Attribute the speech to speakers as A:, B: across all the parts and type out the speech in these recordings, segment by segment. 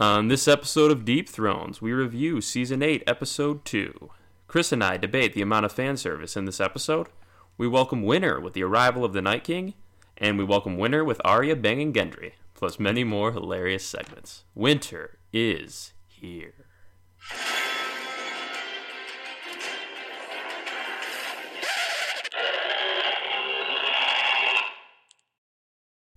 A: On this episode of Deep Thrones, we review Season 8, Episode 2. Chris and I debate the amount of fan service in this episode. We welcome Winter with the arrival of the Night King, and we welcome Winter with Arya banging Gendry, plus many more hilarious segments. Winter is here.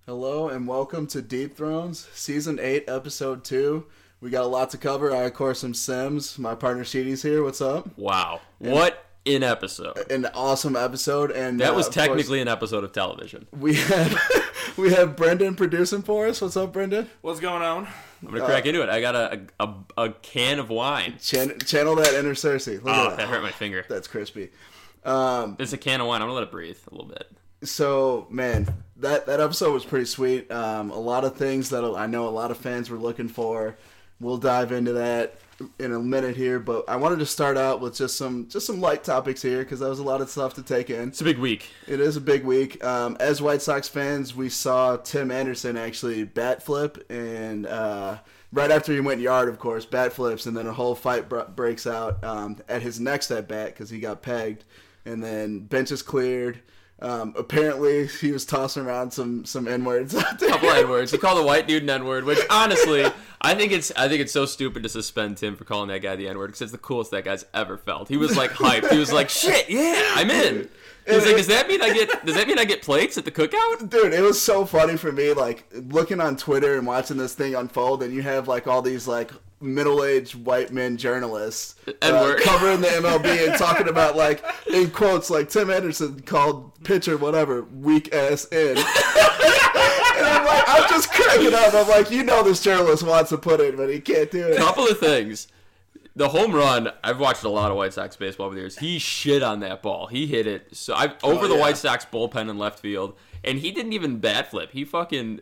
B: Hello and welcome to Deep Thrones, Season 8, Episode 2. We got a lot to cover. I, of course, am Sims. My partner Sheedy's here. What's up?
A: Wow. What an episode.
B: An awesome episode. And
A: That
B: uh,
A: was
B: of course,
A: technically an episode of television.
B: we have we have Brendan producing for us. What's up, Brendan?
C: What's going on?
A: I'm going to
B: Uh,
A: crack into it. I got a, a, a can of wine.
B: Chan- channel that inner Cersei. Look
A: Oh,
B: at
A: that
B: that.
A: hurt my finger.
B: That's crispy. Um,
A: It's a can of wine. I'm going to let it breathe a little bit.
B: so man that that episode was pretty sweet um, a lot of things that i know a lot of fans were looking for we'll dive into that in a minute here but i wanted to start out with just some just some light topics here because that was a lot of stuff to take in
A: It's a big week.
B: it is a big week um, as white sox fans we saw tim anderson actually bat flip and uh, right after he went yard of course bat flips and then a whole fight br- breaks out um, at his next at bat because he got pegged and then bench is cleared um, apparently he was tossing around some some n words out there
A: couple N words. He called the white dude an N word, which honestly, I think it's I think it's so stupid to suspend Tim for calling that guy the N word because it's the coolest that guy's ever felt. He was like hyped. He was like, "Shit, yeah, I'm in." He was like, "Does that mean I get? Does that mean I get plates at the cookout?"
B: dude it was so funny for me like looking on twitter and watching this thing unfold and you have like all these like middle-aged white men journalists uh,
A: N-word.
B: covering the mlb and talking about like in quotes like tim anderson called pitcher whatever weak ass in and i'm like i'm just cracking up i'm like you know this journalist wants to put it but he can't do it
A: Couple of things. The home run. I've watched a lot of White Sox baseball over the years. He shit on that ball. He hit it so I over the
B: Oh, yeah.
A: White Sox bullpen in left field, and he didn't even bat flip. He fucking.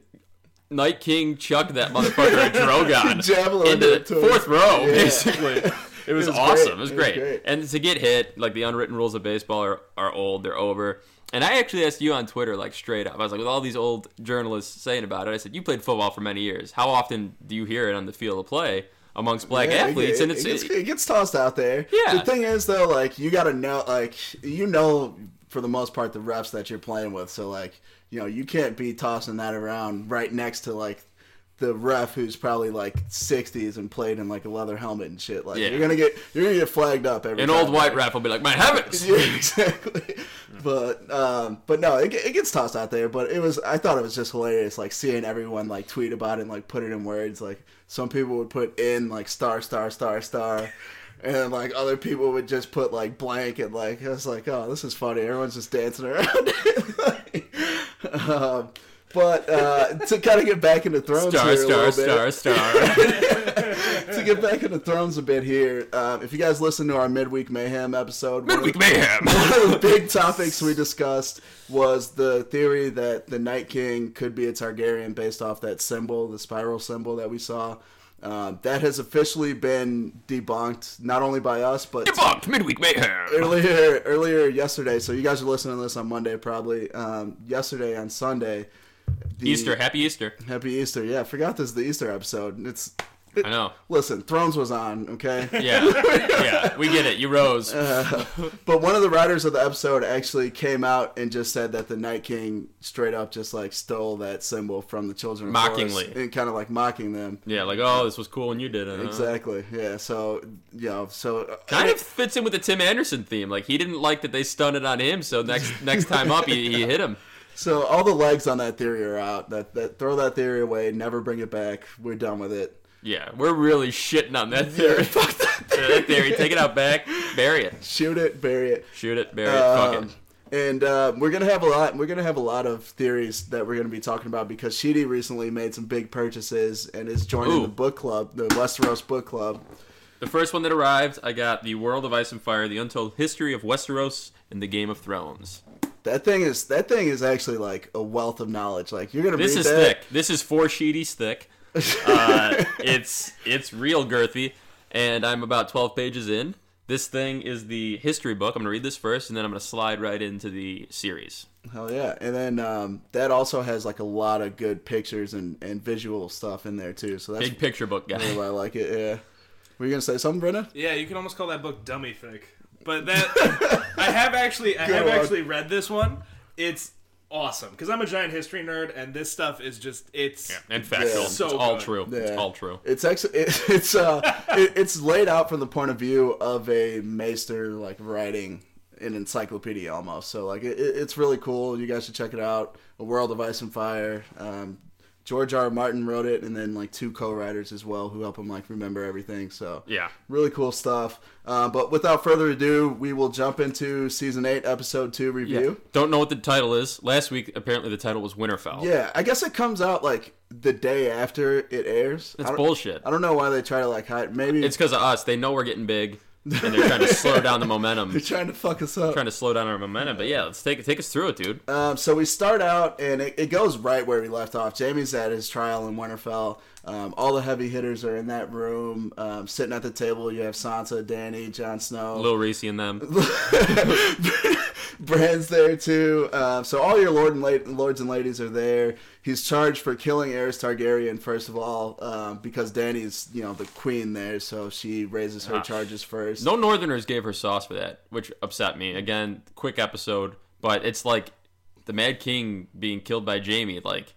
A: Night King chucked that motherfucker a Drogon
B: Javelin
A: into
B: it
A: the
B: to him.
A: fourth row,
B: Yeah.
A: basically. It was,
B: was
A: awesome. It was
B: great. It was
A: great.
B: great.
A: And to get hit, like the unwritten rules of baseball are, are old, they're over. And I actually asked you on Twitter, like straight up, I was like, with all these old journalists saying about it, I said, you played football for many years. How often do you hear it on the field of play amongst black
B: Yeah, it-
A: athletes?
B: it,
A: and it's
B: it, gets, it gets tossed out there.
A: Yeah.
B: The thing is, though, like you gotta know, like you know, for the most part, the refs that you're playing with. So like, you know, you can't be tossing that around right next to like the ref who's probably like 60s and played in like a leather helmet and shit. Like
A: Yeah.
B: you're gonna get you're gonna get flagged up every
A: an
B: time,
A: old white
B: right?
A: ref will be like, my heavens!
B: Yeah, exactly. But um, but no, it, it gets tossed out there. But it was I thought it was just hilarious, like seeing everyone like tweet about it, and, like put it in words. Like some people would put in like star star star star, and like other people would just put like blank and like I was like, oh, this is funny. Everyone's just dancing around. um, but uh, to kind of get back into Thrones
A: Star,
B: here a
A: star,
B: little bit
A: star, star.
B: to get back into Thrones a bit here. Um, if you guys listen to our midweek mayhem episode, one of
A: Midweek
B: the-
A: mayhem!
B: one of the big topics we discussed was the theory that the Night King could be a Targaryen based off that symbol, the spiral symbol that we saw. Um, that has officially been debunked, not only by us, but
A: Debunked midweek mayhem!
B: earlier earlier yesterday. So you guys are listening to this on Monday, probably. Um, yesterday on Sunday, the,
A: Easter, happy Easter.
B: happy Easter. Yeah, I forgot this is the Easter episode. It's
A: I know.
B: listen, Thrones was on, okay.
A: Yeah, yeah, we get it. You rose.
B: Uh-huh. But one of the writers of the episode actually came out and just said that the Night King straight up just like stole that symbol from the children of
A: Mockingly.
B: Horus and kind of like mocking them.
A: yeah, like oh, this was cool when you did it. huh?
B: Exactly. Yeah. So you know. So uh,
A: Kind of fits in with the Tim Anderson theme. Like he didn't like that they stunned it on him, so next next time up, he, he hit him.
B: So all the legs on that theory are out. That that throw that theory away. Never bring it back. We're done with it.
A: Yeah, we're really shitting on that theory.
B: Fuck that.
A: Yeah, that theory. Take it out back, bury it,
B: Shoot it. Bury it.
A: shoot it, bury it, fuck
B: Um,
A: it.
B: and uh, we're gonna have a lot. We're gonna have a lot of theories that we're gonna be talking about because Sheedy recently made some big purchases and is joining
A: Ooh.
B: the book club, the Westeros book club.
A: The first one that arrived, I got the World of Ice and Fire: The Untold History of Westeros and the Game of Thrones.
B: That thing is that thing is actually like a wealth of knowledge. Like you're gonna
A: This
B: read
A: is
B: that.
A: thick. This is four sheeties thick. Uh, it's it's real girthy, and I'm about twelve pages in. This thing is the history book. I'm gonna read this first, and then I'm gonna slide right into the series.
B: Hell yeah! And then um, that also has like a lot of good pictures and, and visual stuff in there too. So that's
A: Big picture book guy.
B: really why I like it. Yeah. Were you gonna say something, Brenda?
C: Yeah, you can almost call that book dummy fic. But that I have actually I have
B: Good.
C: actually read this one. It's awesome because I'm a giant history nerd, and this stuff is just it's
A: And factual.
B: Yeah.
C: So
A: it's all
C: good.
A: true. It's
B: Yeah.
A: all true.
B: It's actually it, it's uh it, it's laid out from the point of view of a maester like writing an encyclopedia almost. So like it, it- it's really cool. You guys should check it out. A World of Ice and Fire. Um, George R. R. Martin wrote it, and then like two co-writers as well who help him like remember everything. So
A: Yeah.
B: really cool stuff. Uh, but without further ado, we will jump into season eight, episode two review.
A: Don't know what the title is. Last week, apparently, the title was Winterfell.
B: Yeah, I guess it comes out like the day after it airs.
A: That's
B: I don't-
A: bullshit.
B: I don't know why they try to like hide. Maybe
A: It's because of us. They know we're getting big, and they're trying to slow down the momentum.
B: They're trying to fuck us up.
A: Trying to slow down our momentum. But yeah, let's take take us through it, dude.
B: Um, so we start out, and it, it goes right where we left off. Jamie's at his trial in Winterfell. Um, all the heavy hitters are in that room, um, sitting at the table. You have Sansa, Danny, Jon Snow.
A: Lil Reese and them.
B: Bran's there too. Um, so all your lord and la- lords and ladies are there. He's charged for killing Aerys Targaryen first of all, um, because Danny's you know the queen there, so she raises her charges first.
A: Ah. No Northerners gave her sauce for that, which upset me. Again, quick episode, but it's like the Mad King being killed by Jamie. Like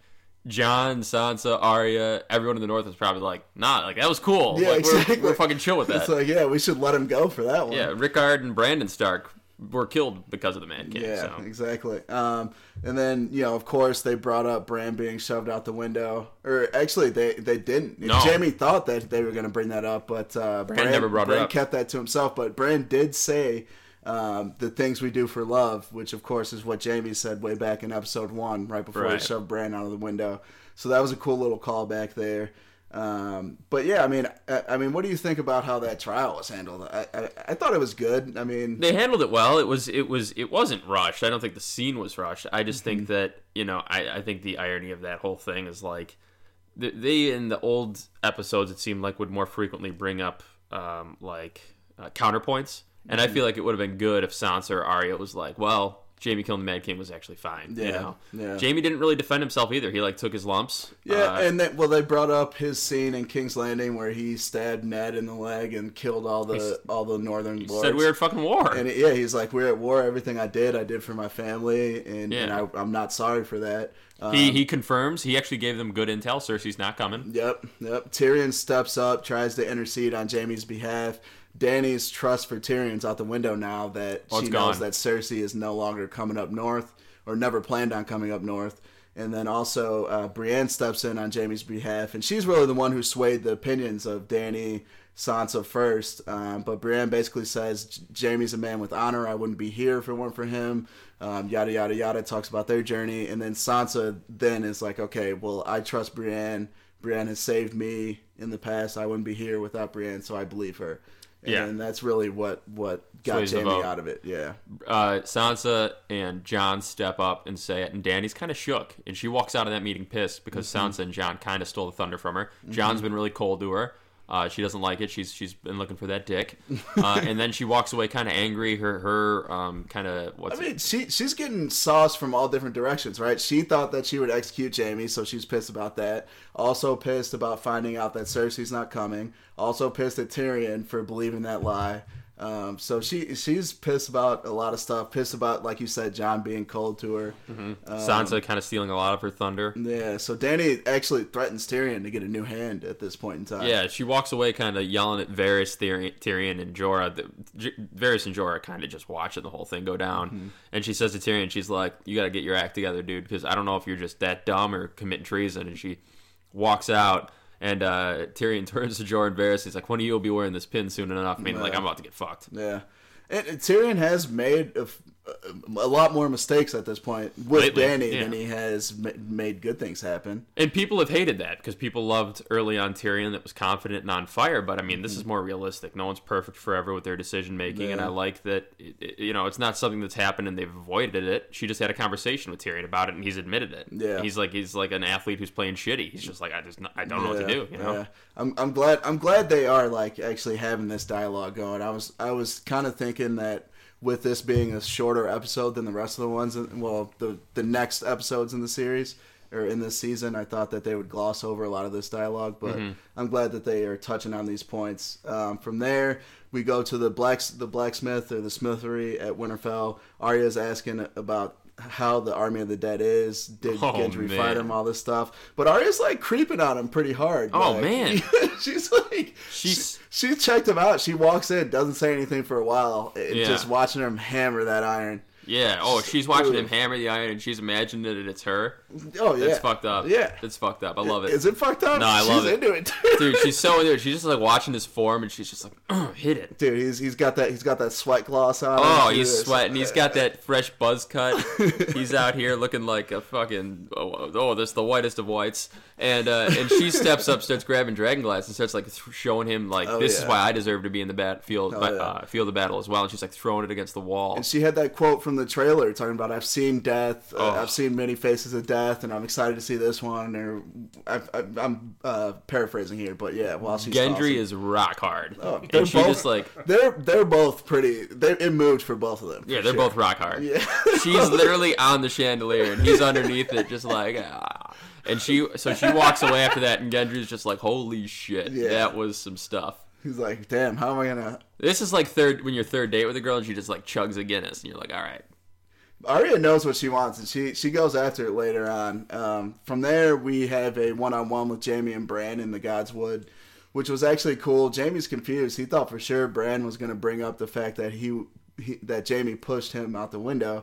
A: John, Sansa, Arya, everyone in the North is probably like, nah, like that was cool.
B: Yeah,
A: like, we're-
B: exactly.
A: we're, fucking chill with
B: It's
A: that.
B: like yeah, we should let him go for that one.
A: yeah, Rickard and Brandon Stark were killed because of the Mad King.
B: Yeah,
A: so.
B: exactly. Um, and then you know, of course, they brought up Bran being shoved out the window, or actually, they they didn't.
A: No.
B: Jamie thought that they were going to bring that up, but uh, Bran,
A: never brought it
B: Bran
A: up.
B: kept that to himself. But Bran did say um, the things we do for love, which of course is what Jamie said way back in episode one, right before he
A: Right.
B: shoved Bran out of the window. So that was a cool little callback there. Um, but yeah, I mean, I, I mean, what do you think about how that trial was handled? I, I, I thought it was good. I mean,
A: they handled it well. It was it was it wasn't rushed. I don't think the scene was rushed. I just
B: Mm-hmm.
A: think that you know I, I think the irony of that whole thing is like th- they in the old episodes it seemed like would more frequently bring up um, like uh, counterpoints, and
B: Mm-hmm.
A: I feel like it would have been good if Sansa or Arya was like, well. Jamie killing the Mad King was actually fine.
B: Yeah,
A: you know?
B: yeah.
A: Jamie didn't really defend himself either. He like took his lumps.
B: Yeah,
A: Uh,
B: and they, well, they brought up his scene in King's Landing where he stabbed Ned in the leg and killed all the all the Northern lords.
A: said we were at fucking war.
B: and yeah, he's like, "We're at war. Everything I did, I did for my family, and, and
A: Yeah.
B: I, I'm not sorry for that." Um,
A: he he confirms. He actually gave them good intel. Cersei's not coming.
B: Yep, yep. Tyrion steps up, tries to intercede on Jamie's behalf. Danny's trust for Tyrion's out the window now that
A: Oh,
B: she
A: it's
B: knows
A: gone.
B: that Cersei is no longer coming up north or never planned on coming up north. And then also uh, Brienne steps in on Jamie's behalf, and she's really the one who swayed the opinions of Danny Sansa first. Um, but Brienne basically says "J- Jamie's a man with honor. I wouldn't be here if it weren't for him. Um, yada yada yada. Talks about their journey, and then Sansa then is like, okay, well I trust Brienne. Brienne has saved me in the past. I wouldn't be here without Brienne, so I believe her. And
A: Yeah.
B: that's really what what got
A: Sways the
B: Jamie
A: vote.
B: out of it. Yeah,
A: uh, Sansa and John step up and say it, and Danny's kind of shook, and she walks out of that meeting pissed because
B: Mm-hmm.
A: Sansa and John kind of stole the thunder from her. John's been really cold to her. Uh, she doesn't like it. She's she's been looking for that dick, uh, and then she walks away kind of angry. Her her um kind of what's
B: I
A: it?
B: mean, she she's getting sauce from all different directions, right? She thought that she would execute Jamie, so she's pissed about that. Also pissed about finding out that Cersei's not coming. Also pissed at Tyrion for believing that lie. Um, so she she's pissed about a lot of stuff. Pissed about, like you said, John being cold to her.
A: Mm-hmm.
B: um,
A: Sansa kind of stealing a lot of her thunder.
B: Yeah. So Danny actually threatens Tyrion to get a new hand at this point in time.
A: Yeah, she walks away kind of yelling at Varys, Tyrion, Tyrion and Jorah. The, J- Varys and Jorah kind of just watching the whole thing go down. And she says to Tyrion, she's like, "You got to get your act together, dude, because I don't know if you're just that dumb or committing treason." And she walks out. And uh, Tyrion turns to Jorah and Varys. He's like, "One of you will be wearing this pin soon enough." Meaning, like, I'm about to get fucked.
B: Yeah. And and Tyrion has made a, f- a lot more mistakes at this point with
A: Lately,
B: Danny
A: yeah.
B: than he has ma- made good things happen.
A: And people have hated that because people loved early on Tyrion that was confident and on fire. But I mean,
B: Mm-hmm.
A: this is more realistic. No one's perfect forever with their decision making, and I like that. It, it- you know, it's not something that's happened and they've avoided it. She just had a conversation with Tyrion about it, and he's admitted it.
B: Yeah.
A: he's like he's like an athlete who's playing shitty. He's just like I just I don't know what to do. You know,
B: yeah. I'm, I'm glad I'm glad they are like actually having this dialogue going. I was I was kind of thinking that with this being a shorter episode than the rest of the ones, in, well, the the next episodes in the series or in this season, I thought that they would gloss over a lot of this dialogue, but
A: Mm-hmm.
B: I'm glad that they are touching on these points. Um, from there, we go to the blacks, the blacksmith or the smithery at Winterfell. Arya's asking about how the army of the dead is. Did
A: Oh,
B: Gendry
A: man.
B: fight him? All this stuff, but Arya's like creeping on him pretty hard.
A: Oh,
B: like-
A: man.
B: she's like
A: She's-
B: she, she checked him out. She walks in, doesn't say anything for a while, and
A: Yeah.
B: just watching him hammer that iron.
A: Yeah. Oh, she's watching
B: Dude.
A: him hammer the iron, and she's imagining that it's her.
B: Oh yeah,
A: That's fucked up.
B: Yeah.
A: It's fucked up. I love it.
B: Is it fucked up?
A: No, I
B: she's
A: love it.
B: into it.
A: Dude, she's so into it. She's just like watching his form, and she's just like, hit it.
B: Dude, he's he's got that he's got that sweat gloss on.
A: Oh,
B: Dude,
A: he's
B: it's-
A: sweating. He's got that fresh buzz cut. he's out here looking like a fucking oh, oh this the whitest of whites. And uh, and she steps up, starts grabbing Dragonglass, and starts like th- showing him like
B: Oh,
A: this is
B: yeah.
A: why I deserve to be in the battlefield,
B: Oh,
A: but,
B: yeah.
A: uh, field of battle as well. And she's like throwing it against the wall.
B: And she had that quote from the trailer talking about I've seen death, uh,
A: Oh.
B: I've seen many faces of death, and I'm excited to see this one. Or I, I, I'm uh, paraphrasing here, but yeah, while she's
A: Gendry
B: tossing-
A: is rock hard,
B: Oh, they're
A: and she
B: both-
A: just like
B: they're they're both pretty. They it moved for both of them. for
A: yeah, they're
B: sure.
A: both rock hard.
B: Yeah.
A: She's literally on the chandelier and he's underneath it, just like ah. And she so she walks away after that, and Gendry's just like, holy shit,
B: Yeah.
A: that was some stuff.
B: He's like, damn, how am I gonna?
A: This is like third when your third date with a girl and she just like chugs a Guinness and you're like, all right,
B: Arya knows what she wants, and she she goes after it later on. Um, from there, we have a one on one with Jamie and Bran in the Godswood, which was actually cool. Jamie's confused; he thought for sure Bran was going to bring up the fact that he, he that Jamie pushed him out the window,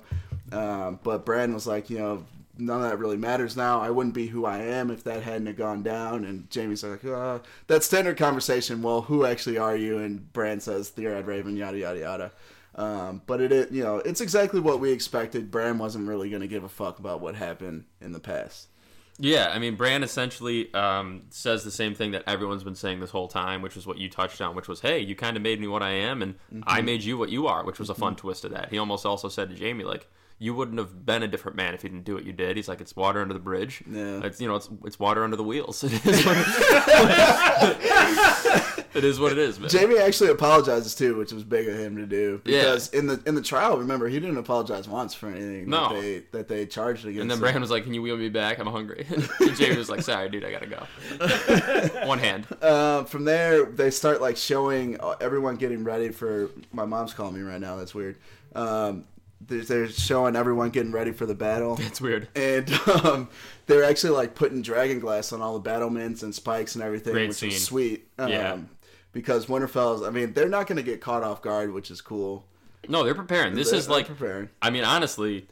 B: um, but Bran was like, you know, none of that really matters now. I wouldn't be who I am if that hadn't have gone down. And Jamie's like, uh, that standard conversation. Well, who actually are you? And Bran says, the Red Raven, yada yada yada. Um, but it, it, you know, it's exactly what we expected. Bran wasn't really going to give a fuck about what happened in the past.
A: yeah. I mean, Bran essentially um, says the same thing that everyone's been saying this whole time, which is what you touched on, which was, hey, you kind of made me what I am, and I made you what you are, which was a fun twist of that. He almost also said to Jamie, like, you wouldn't have been a different man if you didn't do what you did. He's like, it's water under the bridge.
B: Yeah.
A: It's you know, it's it's water under the wheels. It is what it, it is, what it is, man.
B: Jamie actually apologizes too, which was big of him to do
A: Yeah.
B: because in the in the trial, remember he didn't apologize once for anything
A: No.
B: that they that they charged against.
A: And then
B: him.
A: Bran was like, "Can you wheel me back? I'm hungry." and Jamie was like, "Sorry, dude, I gotta go." One hand.
B: Uh, from there, they start like showing uh, everyone getting ready for. My mom's calling me right now. That's weird. Um, they're, they're showing everyone getting ready for the battle.
A: It's weird.
B: and um, they're actually like putting dragon glass on all the battlements and spikes and everything,
A: Great
B: which
A: scene.
B: is sweet. Um,
A: Yeah.
B: Because Winterfell's, I mean, they're not going to get caught off guard, which is cool.
A: No, they're preparing. This
B: They're-
A: is
B: they're
A: like,
B: preparing.
A: I mean, honestly,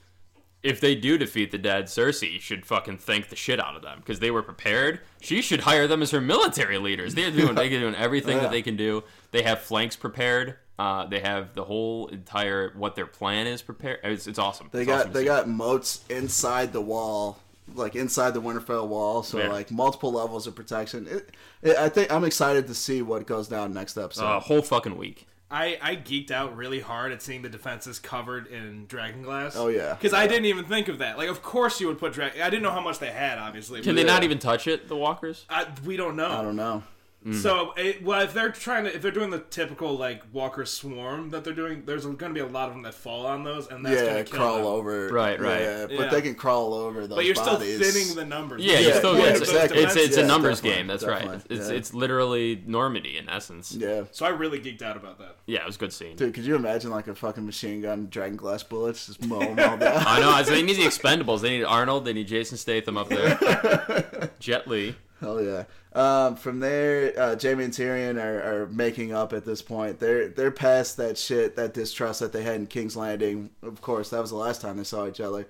A: if they do defeat the dead, Cersei should fucking thank the shit out of them because they were prepared. She should hire them as her military leaders. They're doing, they're doing everything
B: Oh, Yeah.
A: that they can do. They have flanks prepared. Uh, they have the whole entire what their plan is prepared. It's, it's awesome.
B: They
A: It's
B: got
A: awesome to
B: they
A: see.
B: got moats inside the wall, like inside the Winterfell wall, so
A: Yeah.
B: like multiple levels of protection. It, it, I think I'm excited to see what goes down next episode.
A: a whole fucking week.
C: I, I geeked out really hard at seeing the defenses covered in dragon glass.
B: Oh, yeah.
C: because I didn't even think of that. Like, of course you would put dragon. I didn't know how much they had. Obviously,
A: Can
C: but-
A: they not even touch it? The walkers.
C: I, we don't know.
B: I don't know.
C: So, it, well, if they're trying to, if they're doing the typical like Walker swarm that they're doing, there's going to be a lot of them that fall on those, and that's
B: yeah,
C: going to kill
B: crawl
C: them.
B: over.
A: Right, right.
B: Yeah, but
C: Yeah.
B: they can crawl over those
C: But you're
B: bodies.
C: still thinning the numbers.
A: Yeah, you
B: Yeah,
A: still
B: yeah,
A: get
B: exactly.
A: it's, it's
B: Yeah,
A: a numbers
B: definitely,
A: game. That's right.
B: definitely,
A: It's
B: yeah.
A: it's literally Normandy in essence. Yeah,
B: yeah.
C: So I really geeked out about that.
A: it was a good scene.
B: Dude, could you imagine like a fucking machine gun, dragon glass bullets, just mow 'em all down?
A: I know. So they need the Expendables. They need Arnold. They need Jason Statham up there. Jet Li.
B: Hell yeah! Um, from there, uh, Jamie and Tyrion are, are making up at this point. They're they're past that shit, that distrust that they had in King's Landing. Of course, that was the last time they saw each other.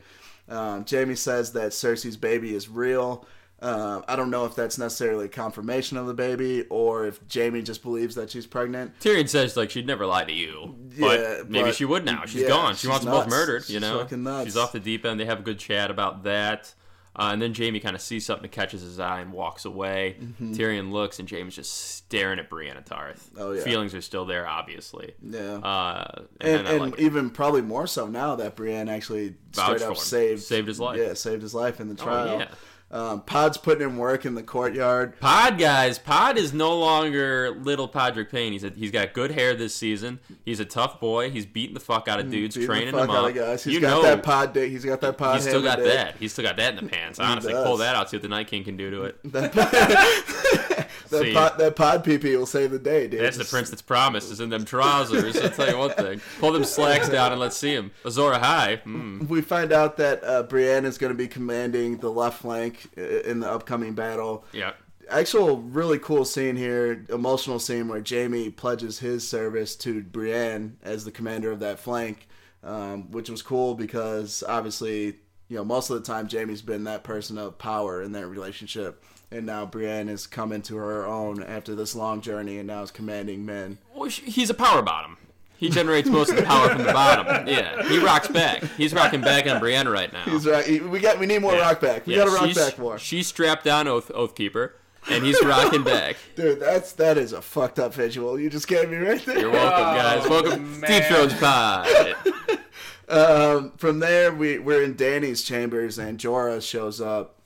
B: Um, Jamie says that Cersei's baby is real. Um, I don't know if that's necessarily confirmation of the baby or if Jamie just believes that she's pregnant.
A: Tyrion says like she'd never lie to you, but
B: Yeah,
A: maybe
B: but-
A: she would now. She's
B: yeah,
A: gone. She
B: she's
A: wants them both
B: nuts.
A: murdered. You
B: She's
A: know,
B: fucking nuts.
A: she's off the deep end. They have a good chat about that. Uh, and then Jamie kind of sees something that catches his eye and walks away. Tyrion looks, and Jamie's just staring at Brienne Tarth.
B: Mm-hmm. Oh, yeah.
A: Feelings are still there, obviously.
B: Yeah.
A: Uh, and, then
B: and,
A: I
B: and
A: like it.
B: even probably more so now that Brienne actually
A: Vouched
B: straight
A: for him.
B: up saved
A: Saved his life. Oh,
B: Yeah, saved his life in the trial.
A: yeah.
B: Um, Pod's putting in work in the courtyard.
A: Pod guys, Pod is no longer little Podrick Payne. He's a, he's got good hair this season. He's a tough boy. He's beating the fuck out of dudes,
B: Mm, Beating the
A: training
B: fuck
A: them
B: out
A: up.
B: of guys. He's
A: you
B: got
A: know,
B: that pod dick. He's got that pod.
A: he's still
B: hammer
A: got
B: dick.
A: that. He's still got that in the pants. Honestly,
B: does.
A: pull that out. See what the Night King can do to it.
B: That,
A: See.
B: that, pod, that pod PP will save the day, dude.
A: That's the prince that's promised is in them trousers. I'll tell you one thing. Pull them slacks down and let's see him. Azora High. Mm.
B: We find out that uh, Brienne is going to be commanding the left flank i- in the upcoming battle.
A: Yeah.
B: Actual really cool scene here, emotional scene where Jamie pledges his service to Brienne as the commander of that flank, um, which was cool because obviously, you know, most of the time Jamie's been that person of power in their relationship. And now Brienne is coming to her own after this long journey and now is commanding men.
A: Well, sh- he's a power bottom. He generates most of the power from the bottom. Yeah. He rocks back. He's rocking back on Brienne right now.
B: He's right. We got we need more rock back. We
A: Yeah,
B: got to rock
A: she's-
B: back more.
A: She's strapped down Oath Oathkeeper, and he's rocking back.
B: Dude, that's that is a fucked up visual. You just gave me right there.
A: You're welcome,
C: Oh,
A: guys. Welcome to
C: man.
A: Deep Thrones Pod.
B: Um, from there, we we're in Danny's chambers, and Jorah shows up,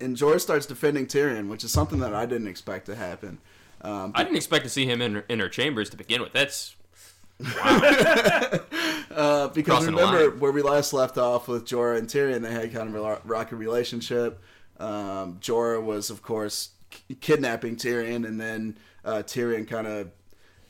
B: and Jorah starts defending Tyrion, which is something that I didn't expect to happen. Um,
A: I didn't expect to see him in her, in her chambers to begin with. That's
B: uh, because
A: crossing the
B: remember
A: line.
B: where we last left off with Jorah and Tyrion, they had kind of a ro- rocky relationship. Um, Jorah was, of course, k- kidnapping Tyrion, and then uh, Tyrion kind of,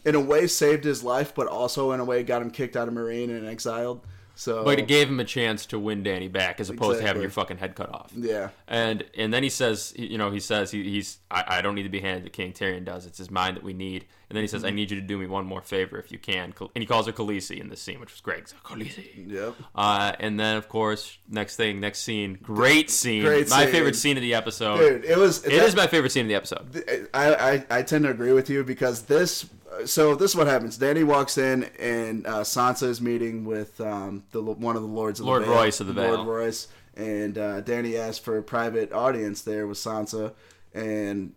B: in a way, saved his life, but also in a way got him kicked out of Marine and exiled. So
A: but it gave him a chance to win Danny back, as opposed to having
B: Oh. Exactly.
A: your fucking head cut off.
B: yeah.
A: And and then he says, he- you know, he says he, he's I, I don't need to be handed the king. Tyrion does. It's his mind that we need. And then he says,
B: Mm-hmm.
A: I need you to do me one more favor if you can. Khal- And he calls her Khaleesi in this scene, which was great. He's like, Khaleesi.
B: Yep.
A: Uh, and then of course, next thing, next scene, great scene,
B: Great
A: my
B: scene.
A: favorite scene of the episode.
B: Dude, it was.
A: Oh, It is my favorite scene of the episode.
B: I, I I tend to agree with you because this. So this is what happens. Danny walks in and uh, Sansa is meeting with um, the one of the lords of
A: Lord
B: the Vale,
A: Royce of the Vale.
B: Lord Royce, and uh, Danny asked for a private audience there with Sansa, and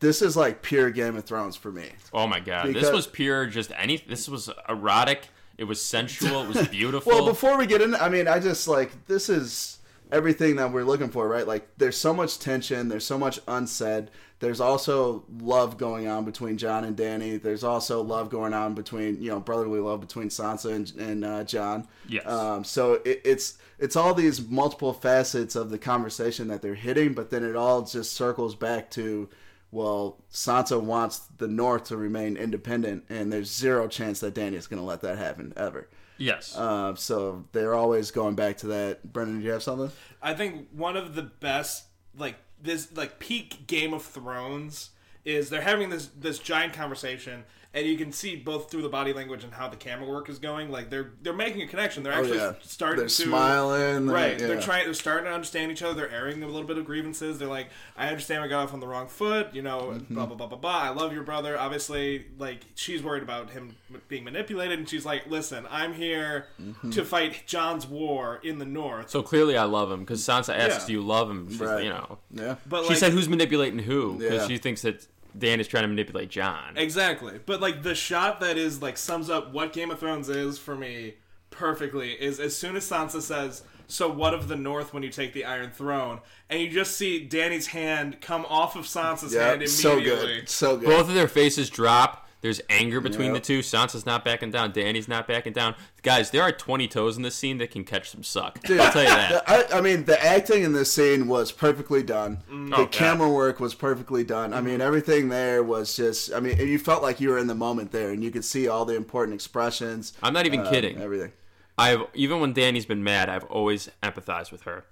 B: this is like pure Game of Thrones for me.
A: Oh my god, this
B: Because-
A: was pure. Just any. This was erotic. It was sensual. It was beautiful.
B: Well, before we get in, I mean, I just like this is everything that we're looking for, right? Like, there's so much tension, there's so much unsaid. There's also love going on between John and Danny. There's also love going on between you know brotherly love between Sansa and, and uh, John.
A: Yes.
B: Um, so it, it's it's all these multiple facets of the conversation that they're hitting, but then it all just circles back to. Well, Sansa wants the North to remain independent, and there's zero chance that Danny is going to let that happen ever.
A: yes.
B: Uh, so they're always going back to that. Brendan, do you have something?
C: I think one of the best like this like peak Game of Thrones is they're having this this giant conversation and you can see both through the body language and how the camera work is going like they're they're making a connection they're actually
B: Oh, yeah.
C: starting
B: They're
C: to
B: smiling, they're-
C: right
B: yeah.
C: they're trying they're starting to understand each other they're airing a little bit of grievances they're like I understand we got off on the wrong foot you know
B: Mm-hmm.
C: blah blah blah blah blah I love your brother obviously like she's worried about him being manipulated and she's like listen I'm here
B: Mm-hmm.
C: to fight John's war in the north
A: so clearly, I love him because Sansa asks,
C: Yeah.
A: "Do you love him?" She's,
B: Right.
A: You know.
B: Yeah.
C: but
A: she
C: like,
A: said who's manipulating who because
B: Yeah.
A: she thinks that Dan is trying to manipulate John.
C: Exactly. But like the shot that is like sums up what Game of Thrones is for me perfectly is as soon as Sansa says, "So what of the North when you take the Iron Throne?" and you just see Danny's hand come off of Sansa's hand
B: Yeah. So
C: immediately.
B: good. So good.
A: Both of their faces drop. There's anger between
B: Yep.
A: the two. Sansa's not backing down. Danny's not backing down. Guys, there are 20 toes in this scene that can catch some suck. I'll tell you that.
B: I, I mean, the acting in this scene was perfectly done.
C: Mm. Oh,
B: the
A: God.
B: camera work was perfectly done.
C: Mm-hmm.
B: I mean, everything there was just. I mean, you felt like you were in the moment there, and you could see all the important expressions.
A: I'm not even
B: uh,
A: kidding.
B: Everything.
A: I've even when Danny's been mad, I've always empathized with her.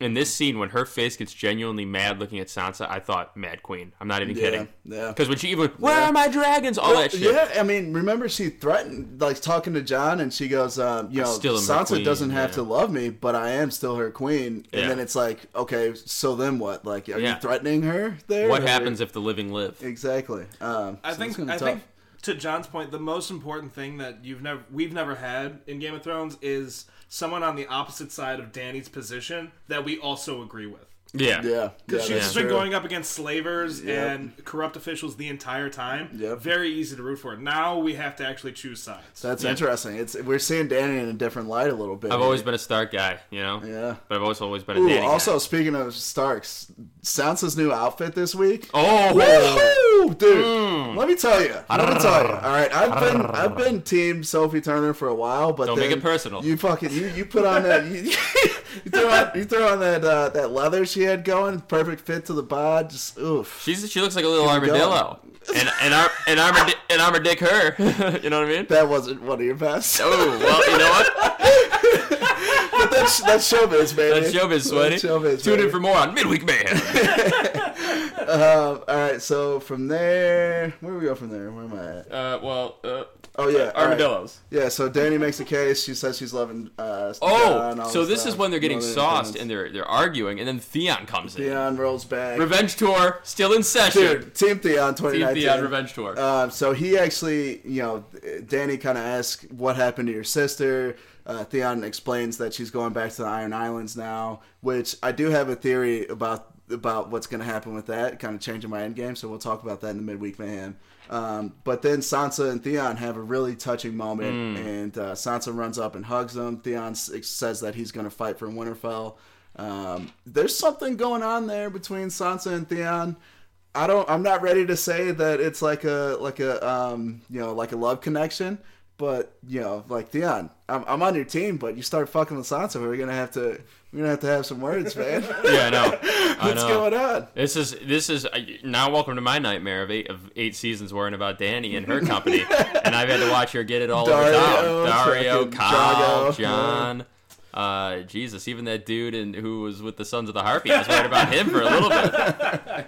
A: In this scene, when her face gets genuinely mad looking at Sansa, I thought Mad Queen. I'm not even kidding.
B: yeah.
A: Because when she even where are my dragons, all that shit.
B: Yeah, I mean, remember she threatened, like talking to John, and she goes, um, "You know,
A: still am her
B: Sansa
A: queen,
B: doesn't have
A: yeah.
B: to love me, but I am still her queen."
A: Yeah.
B: And then it's like, okay, so then what? Like, are
A: Yeah.
B: you threatening her there?
A: What
B: Or-
A: happens if the living live?
B: Exactly. Um, so
C: I
B: it's
C: think
B: gonna
C: I
B: be tough.
C: think to John's point, the most important thing that you've never we've never had in Game of Thrones is someone on the opposite side of Danny's position that we also agree with.
A: Yeah.
B: Yeah,
C: Because
B: yeah,
C: she's
B: that's
C: just been
B: true.
C: going up against slavers
B: Yep.
C: and corrupt officials the entire time.
B: Yep.
C: Very easy to root for. Now we have to actually choose sides.
B: That's interesting. It's we're seeing Danny in a different light a little bit.
A: I've always been a Stark guy, you know.
B: Yeah.
A: But I've also always been a
B: Ooh,
A: Danny
B: also
A: guy.
B: speaking of Starks, Sansa's new outfit this week.
A: Oh, Hmm.
B: Woo, dude! Let me tell you. Let me tell you. All right, I've been I've been Team Sophie Turner for a while, but
A: Don't
B: then
A: make it personal.
B: You fucking you, you put on that you, you throw on you throw on that uh, that leather she had going, perfect fit to the bod. Just oof.
A: she's she looks like a little armadillo, and and ar- and armad and armadick her. you know what I mean?
B: That wasn't one of your best.
A: Oh well, you know what?
B: but that's that's showbiz, baby.
A: That's showbiz, sweaty.
B: That's showbiz,
A: Tune
B: baby.
A: in for more on Midweek Man.
B: Um, all right, so from there, where do we go from there? Where am I at?
A: uh, well, uh,
B: Oh yeah, all right.
A: armadillos.
B: Yeah, so Danny makes a case. She says she's loving. Uh, John,
A: Oh,
B: all
A: so this
B: stuff,
A: is when they're getting
B: mother
A: sauced
B: things.
A: and they're they're arguing, and then Theon comes in.
B: Theon rolls back.
A: Revenge tour still in session.
B: Dude, Team Theon
A: Team
B: 2019.
A: Theon Revenge Tour.
B: Uh, so he actually, you know, Danny kind of asks what happened to your sister. Uh, Theon explains that she's going back to the Iron Islands now, which I do have a theory about about what's going to happen with that, kind of changing my end game. So we'll talk about that in the midweek mayhem. Um, but then Sansa and Theon have a really touching moment, and uh, Sansa runs up and hugs him. Theon s- says that he's going to fight for Winterfell. Um, there's something going on there between Sansa and Theon. I don't. I'm not ready to say that it's like a like a um you know like a love connection, but you know like Theon, I'm, I'm on your team, but you start fucking with Sansa, we're gonna have to we're gonna have to have some words, man.
A: yeah, I know. I
B: What's
A: know.
B: going on?
A: This is this is I- now welcome to my nightmare of eight of eight seasons worrying about Danny and her company, and I've had to watch her get it all
B: Dario,
A: over town. Dario,
B: fucking
A: Kyle,
B: Drago.
A: John, uh, Jesus, even that dude in, who was with the Sons of the Harpy, I was worried about him for a little bit.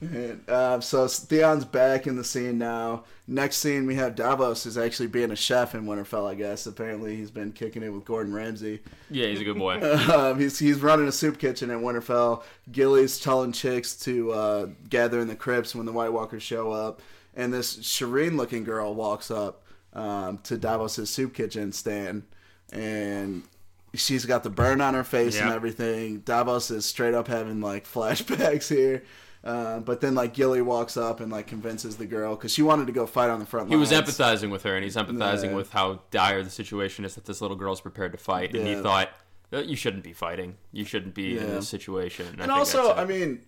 B: And, uh, so Theon's back in the scene now. Next scene we have Davos is actually being a chef in Winterfell. I guess apparently he's been kicking it with Gordon Ramsay.
A: Yeah, he's a good boy.
B: Um, he's he's running a soup kitchen at Winterfell. Gilly's telling chicks to uh, gather in the crypts when the White Walkers show up, and this Shireen-looking girl walks up um, to Davos's soup kitchen stand, and she's got the burn on her face and
A: Yep.
B: everything. Davos is straight up having like flashbacks here. Uh, but then like Gilly walks up and like convinces the girl because she wanted to go fight on the front
A: He
B: lines.
A: was empathizing with her, and he's empathizing
B: Yeah.
A: with how dire the situation is that this little girl's prepared to fight, and he
B: Yeah.
A: thought. "Uh, You shouldn't be fighting. You shouldn't be in
B: Yeah.
A: this situation. And, I
B: and
A: think
B: also,
A: that's it.
B: I mean,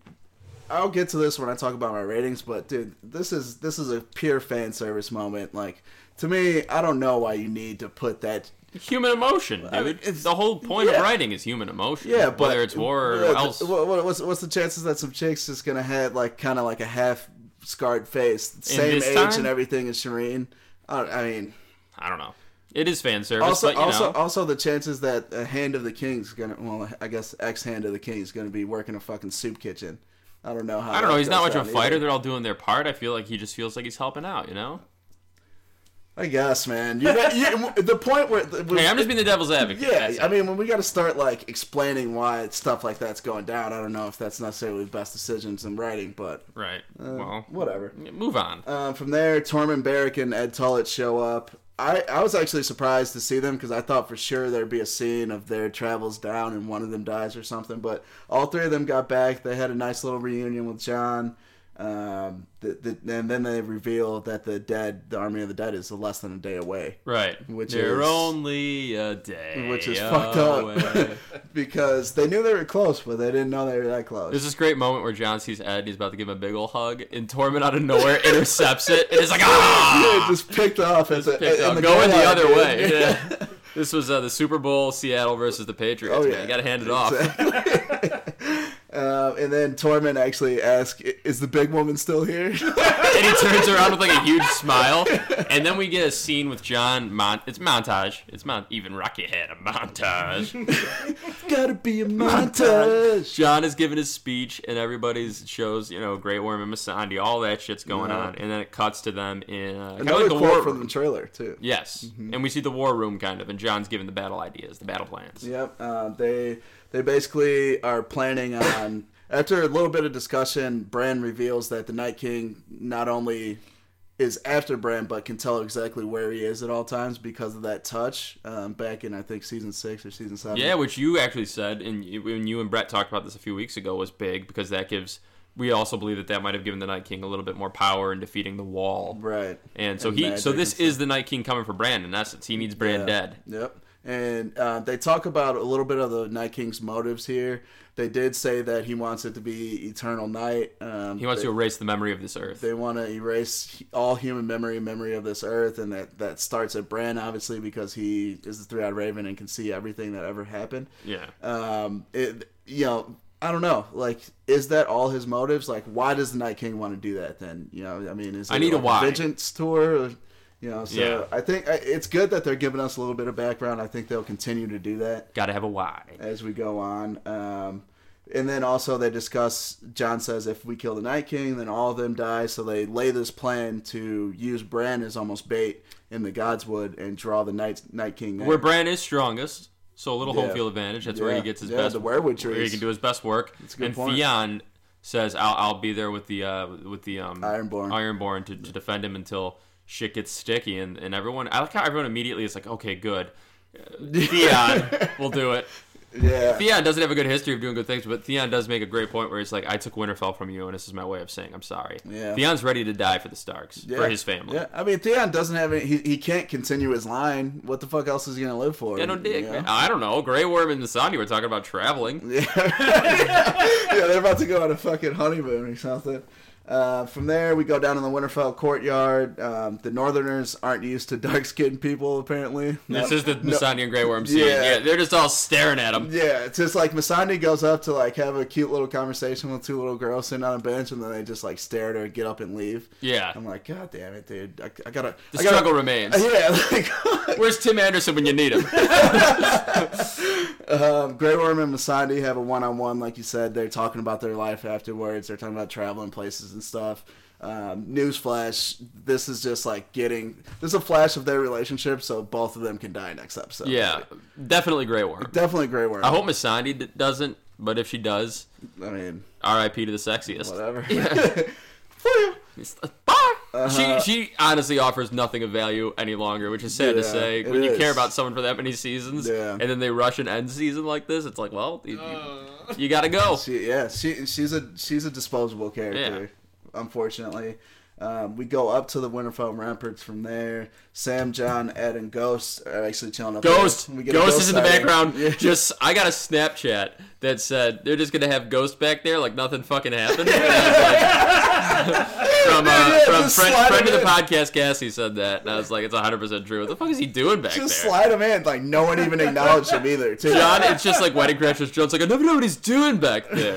B: I'll get to this when I talk about my ratings, but dude, this is this is a pure fan service moment. Like to me, I don't know why you need to put that.
A: human emotion, dude.
B: I mean, it's-
A: the whole point
B: yeah.
A: of writing is human emotion.
B: Yeah, but
A: whether it's war or
B: what-
A: else.
B: what- what- what's what's the chances that some chicks just gonna have like kind of like a half scarred face, same age
A: this
B: and
A: time?
B: everything as Shireen? I, don't- I mean,
A: I don't know. It is fan service,
B: also
A: but you
B: also
A: know,
B: also the chances that a hand of the king's gonna well, I guess ex hand of the king's gonna be working a fucking soup kitchen. I don't know how.
A: I don't know.
B: that
A: He's not
B: goes
A: much of
B: down
A: a
B: either.
A: fighter. They're all doing their part. I feel like he just feels like he's helping out. You know.
B: I guess, man. You, you, the point where the,
A: Hey, I'm just being the devil's advocate.
B: yeah.
A: That's it.
B: I mean, when we got to start like explaining why stuff like that's going down, I don't know if that's necessarily the best decisions in writing, but
A: right.
B: Uh,
A: well,
B: whatever.
A: move on.
B: Um, from there, Tormund Barrick and Ed Tullett show up. I, I was actually surprised to see them because I thought for sure there'd be a scene of their travels down and one of them dies or something. But all three of them got back. They had a nice little reunion with John. Um, the, the, and then they reveal that the dead, the army of the dead, is less than a day away.
A: right.
B: which
A: They're
B: is-
A: only a day.
B: which is fucked up
A: away.
B: because they knew they were close, but they didn't know they were that close.
A: There's this great moment where John sees Ed and he's about to give him a big ol' hug, and Torment out of nowhere intercepts it, and it's like, ah!
B: Yeah, just picked off as a,
A: picked
B: in
A: up.
B: the
A: going the
B: daylight,
A: other
B: dude.
A: way. Yeah. this was uh, the Super Bowl Seattle versus the Patriots.
B: Oh,
A: man.
B: yeah.
A: You got to hand it off.
B: Um, and then Torment actually asks, "I- "Is the big woman still here?"
A: and he turns around with like a huge smile. And then we get a scene with John. Mon- it's montage. It's mon- even Rocky had a montage.
B: Gotta be a montage.
A: John is giving his speech, and everybody's shows, you know, Great Worm and Masandi, all that shit's going on. And then it cuts to them in uh, kind of
B: Another
A: like the
B: quote
A: war
B: from
A: room.
B: the trailer too.
A: Yes,
B: Mm-hmm.
A: and we see the war room kind of, and John's giving the battle ideas, the battle plans.
B: Yep. Uh, they they basically are planning on. After a little bit of discussion, Bran reveals that the Night King not only is after Bran, but can tell exactly where he is at all times because of that touch um, back in I think season six or season seven.
A: Yeah, which you actually said, and you- when you and Brett talked about this a few weeks ago, was big because that gives. We also believe that that might have given the Night King a little bit more power in defeating the Wall.
B: right.
A: And so
B: And
A: he, so
B: magic
A: this
B: and
A: is the Night King coming for Bran. In essence, he needs Bran
B: Yeah.
A: dead.
B: Yep. And uh, they talk about a little bit of the Night King's motives here. They did say that he wants it to be eternal night. Um,
A: He wants
B: they,
A: to erase the memory of this earth.
B: They want to erase all human memory, memory of this earth, and that that starts at Bran, obviously, because he is the three-eyed raven and can see everything that ever happened.
A: yeah.
B: Um, it, you know, I don't know. Like, is that all his motives? Like, why does the Night King want to do that? Then, you know, I mean, is
A: I
B: it
A: need a
B: like
A: why.
B: vengeance tour? Or, you know, so
A: Yeah.
B: I think I- it's good that they're giving us a little bit of background. I think they'll continue to do that
A: Got to have a why.
B: as we go on. Um, and then also they discuss. John says, if we kill the Night King, then all of them die. So they lay this plan to use Bran as almost bait in the Godswood and draw the Night Night King. there.
A: Where Bran is strongest, so a little home
B: Yeah.
A: field advantage. That's where he
B: Yeah.
A: gets his
B: Yeah,
A: best.
B: the werewood
A: Where he
B: trees.
A: can do his best work.
B: a good
A: and
B: point.
A: Theon says, "I'll I'll be there with the uh with the um
B: Ironborn.
A: Ironborn to, to defend him until shit gets sticky." And and everyone, I like how everyone immediately is like, "Okay, good." Uh, Theon will do it.
B: yeah,
A: Theon doesn't have a good history of doing good things, but Theon does make a great point where it's like, "I took Winterfell from you, and this is my way of saying I'm sorry."
B: Yeah.
A: Theon's ready to die for the Starks,
B: Yeah.
A: for his family.
B: Yeah, I mean Theon doesn't have any. He, he can't continue his line. What the fuck else is he gonna live for?
A: I don't
B: you
A: dig,
B: know?
A: man. I don't know. Grey Worm and Nasani were talking about traveling.
B: yeah, they're about to go on a fucking honeymoon or something. Uh, from there, we go down in the Winterfell courtyard. Um, the Northerners aren't used to dark-skinned people, apparently.
A: This
B: No-
A: is the
B: no-
A: Misani and Grey Worm scene.
B: Yeah.
A: Yeah. they're just all staring at him.
B: Yeah, it's just like Masandi goes up to like have a cute little conversation with two little girls sitting on a bench, and then they just like stare at her, get up, and leave.
A: Yeah,
B: I'm like, God damn it, dude! I, I gotta.
A: the
B: I gotta,
A: struggle remains.
B: Yeah, like
A: Where's Tim Anderson when you need him?
B: Um, Grey Worm and Masandi have a one-on-one, like you said. They're talking about their life afterwards. They're talking about traveling places and stuff. Um, newsflash: This is just like getting. This is a flash of their relationship, so both of them can die next episode.
A: yeah, definitely Grey Worm.
B: definitely Grey Worm.
A: I hope Misani d- doesn't, but if she does,
B: I mean,
A: R.I.P. to the sexiest.
B: whatever.
A: It's- Bye. She
B: Uh-huh.
A: she honestly offers nothing of value any longer, which is sad to
B: Yeah,
A: say.
B: it
A: When you care
B: is.
A: about someone for that many seasons,
B: Yeah.
A: and then they rush an end season like this, it's like, well, you, you,
C: Uh,
A: you gotta go.
B: She, yeah, she she's a she's a disposable character. Unfortunately, um, we go up to the Winterfell ramparts from there. Sam, John, Ed, and Ghost are actually chilling up. there.
A: Ghost.
B: We
A: Ghost,
B: get a
A: is in the
B: sighting.
A: background.
B: Yeah.
A: Just I got a Snapchat that said they're just gonna have Ghost back there like nothing fucking happened. from uh,
B: Yeah,
A: from
B: just
A: friend,
B: slide
A: friend of
B: him
A: the podcast, Cassie said that, and I was like, it's 100 percent true. What the fuck is he doing back
B: Just
A: there?
B: slide him in. Like no one even acknowledged him either. Too.
A: John, it's just like wedding crashers. John's like, I never know what he's doing back there.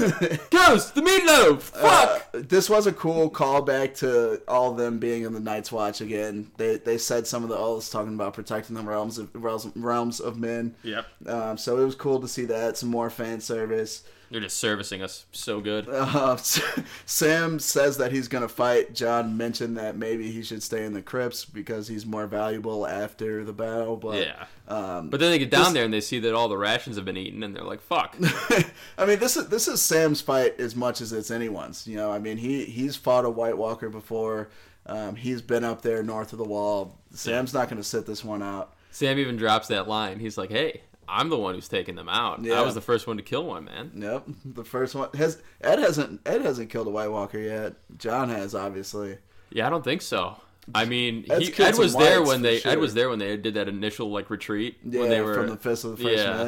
A: Ghost, the meatloaf,
B: Uh,
A: fuck.
B: this was a cool callback to all of them being in the Night's Watch again. They they said some of the oaths talking about protecting the realms of realms, realms of men.
A: yep,
B: Um, so it was cool to see that some more fan service.
A: they're just servicing us so good.
B: Uh, Sam says that he's gonna fight. John mentioned that maybe he should stay in the crypts because he's more valuable after the battle. But
A: Yeah.
B: um,
A: But then they get down there and they see that all the rations have been eaten, and they're like, fuck.
B: I mean, this is this is Sam's fight as much as it's anyone's. You know, I mean, he he's fought a White Walker before. Um, he's been up there north of the wall. Sam's not going to sit this one out.
A: Sam even drops that line. He's like, "Hey, I'm the one who's taking them out.
B: Yeah.
A: I was the first one to kill one, man."
B: Nope. The first one has Ed hasn't Ed hasn't killed a White Walker yet. John has obviously.
A: Yeah, I don't think so. I mean,
B: Ed's
A: he,
B: killed
A: Ed was
B: some
A: there
B: whites
A: when
B: for
A: they Ed
B: sure.
A: was there when they did that initial like retreat
B: Yeah,
A: when they were
B: from the fist of the first
A: yeah.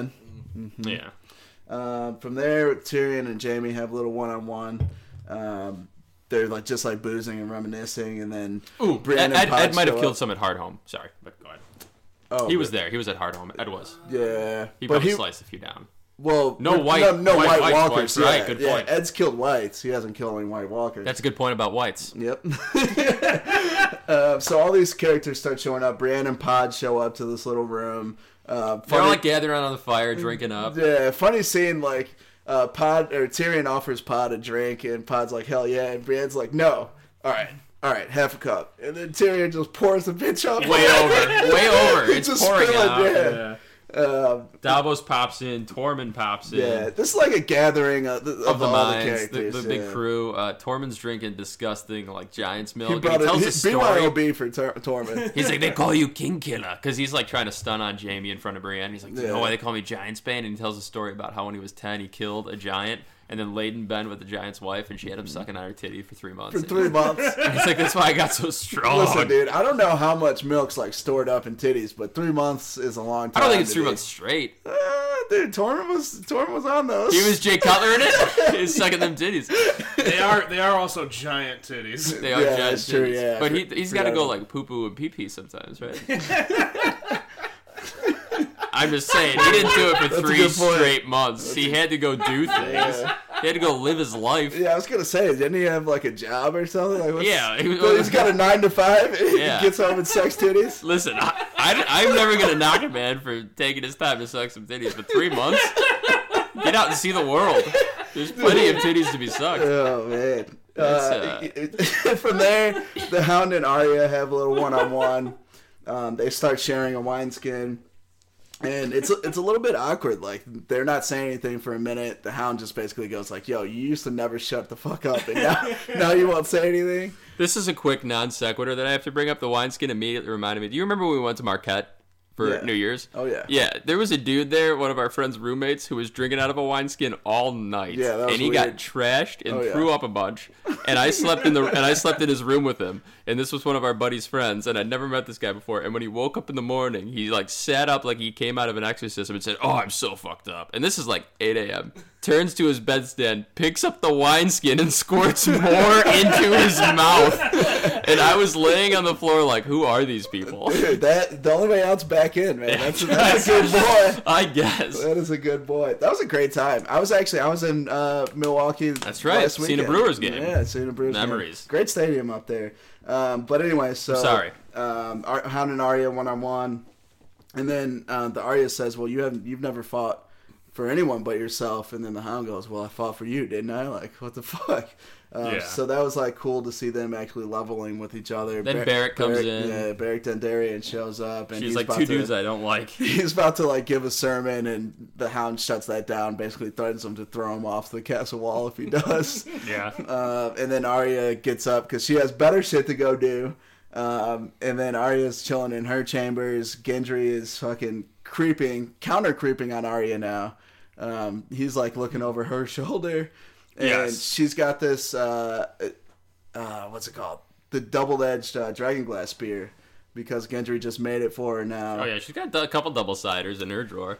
B: man.
A: yeah.
B: Um, from there, Tyrion and Jamie have a little one on one. They're like just like boozing and reminiscing, and then
A: Ooh, Ed,
B: Bran and
A: Ed,
B: Pod
A: Ed might have
B: show
A: killed
B: up.
A: some at Hardhome. Sorry, but go ahead.
B: Oh,
A: He was there. He was at Hardhome. Ed was.
B: yeah,
A: He
B: but
A: probably
B: he
A: sliced a few down.
B: Well,
A: No white-
B: no, no
A: white-
B: white,
A: white whites,
B: walkers.
A: right,
B: yeah,
A: good
B: yeah.
A: point.
B: Ed's killed whites. He hasn't killed any white walkers.
A: That's a good point about whites.
B: yep. uh, so all these characters start showing up. Brienne and Pod show up to this little room. Uh,
A: They're
B: funny,
A: all like gathering around the fire, drinking up.
B: yeah, funny scene like uh, Pod or Tyrion offers Pod a drink, and Pod's like, "Hell yeah," and Brienne's like, "No, all right." All right, half a cup, and then Tyrion just pours the bitch up.
A: Way over, way over. It's
B: Just
A: pouring
B: spilling,
A: out.
B: yeah. Um,
A: Davos pops in, Tormund pops in.
B: yeah, this is like a gathering of, the,
A: Of
B: of
A: the
B: all the
A: mines, the,
B: characters.
A: the big
B: yeah.
A: crew. Uh, Tormund's drinking disgusting like giant's milk.
B: He
A: and
B: brought
A: he
B: it.
A: tells
B: he-
A: a story.
B: BYOB for Tor- Tormund.
A: He's like, they call you King Killer because he's like trying to stun on Jamie in front of Brienne. He's like, you know
B: Yeah.
A: why they call me Giant Span? And he tells a story about how when he was ten, he killed a giant and then laid in bed with the giant's wife, and she had him sucking on her titty for three months.
B: Mm-hmm. for three months.
A: He's like, that's why I got so strong.
B: Listen, dude, I don't know how much milk's like stored up in titties, but three months is a long
A: I
B: time.
A: don't think it's
B: to
A: three
B: be-
A: months straight.
B: Uh, dude, Tormund was Tormund was on those.
A: He was Jay Cutler in it. He's sucking them titties.
C: They are they are also giant titties.
A: They are
B: Yeah,
A: giant
B: that's true,
A: titties.
B: yeah.
A: but he he's got to
B: Forgot
A: go
B: about-
A: like poo poo and pee pee sometimes, right? I'm just saying he didn't do it for
B: a
A: three
B: good point.
A: straight months. he had to go do things.
B: Yeah.
A: He had to go live his life.
B: Yeah, I was gonna say, didn't he have like a job or something? Like, what's,
A: Yeah, he
B: he,
A: was-
B: has got a nine to five. And
A: Yeah.
B: he gets home and sucks titties.
A: Listen, I, I, am never gonna knock a man for taking his time to suck some titties, but three months. Get out and see the world. There's plenty of titties to be sucked.
B: Oh man! Uh,
A: uh,
B: it- it- from there, the Hound and Arya have a little one-on-one. Um, they start sharing a wineskin, and it's it's a little bit awkward. Like they're not saying anything for a minute. The Hound just basically goes like, "Yo, you used to never shut the fuck up, and now now you won't say anything."
A: This is a quick non sequitur that I have to bring up. The wineskin immediately reminded me. Do you remember when we went to Marquette for
B: Yeah.
A: New Year's?
B: Oh yeah,
A: Yeah, there was a dude there, one of our friend's roommates, who was drinking out of a wineskin all night.
B: Yeah, that was
A: and he got
B: weird.
A: trashed and
B: Oh, yeah.
A: threw up a bunch. And I slept in the and I slept in his room with him. And this was one of our buddy's friends, and I'd never met this guy before. And when he woke up in the morning, he like sat up like he came out of an exorcism and said, "Oh, I'm so fucked up." And this is like 8 a.m. Turns to his bedstand, picks up the wineskin, and squirts more into his mouth. And I was laying on the floor like, "Who are these people?"
B: Dude, that the only way out's back in, man. That's, that's a good boy.
A: I guess.
B: That is a good boy. That was a great time. I was actually I was in uh, Milwaukee. That's
A: right.
B: Last
A: Seen a
B: weekend.
A: Brewers game.
B: Yeah, seen a Brewers game.
A: Memories.
B: Great stadium up there. Um, but anyway, so
A: sorry.
B: Um, Ar- Hound and Arya one on one, and then uh, the Arya says, "Well, you haven't. You've never fought for anyone but yourself." And then the Hound goes, "Well, I fought for you, didn't I? Like, what the fuck." Um,
C: Yeah.
B: So that was like cool to see them actually leveling with each other.
A: Then Barrett comes in.
B: Yeah, Barrett Dendarian shows up, and
A: She's
B: he's
A: like
B: about
A: two
B: to-
A: dudes I don't like.
B: he's about to like give a sermon and the hound shuts that down basically threatens him to throw him off the castle wall if he does
A: Yeah.
B: uh, and then Arya gets up because she has better shit to go do um, and then Arya's chilling in her chambers Gendry is fucking creeping counter creeping on Arya now um, he's like looking over her shoulder and
A: Yes.
B: she's got this uh, uh, what's it called the double-edged uh, dragon glass spear because Gendry just made it for her now
A: Oh yeah, she's got a couple double siders in her drawer.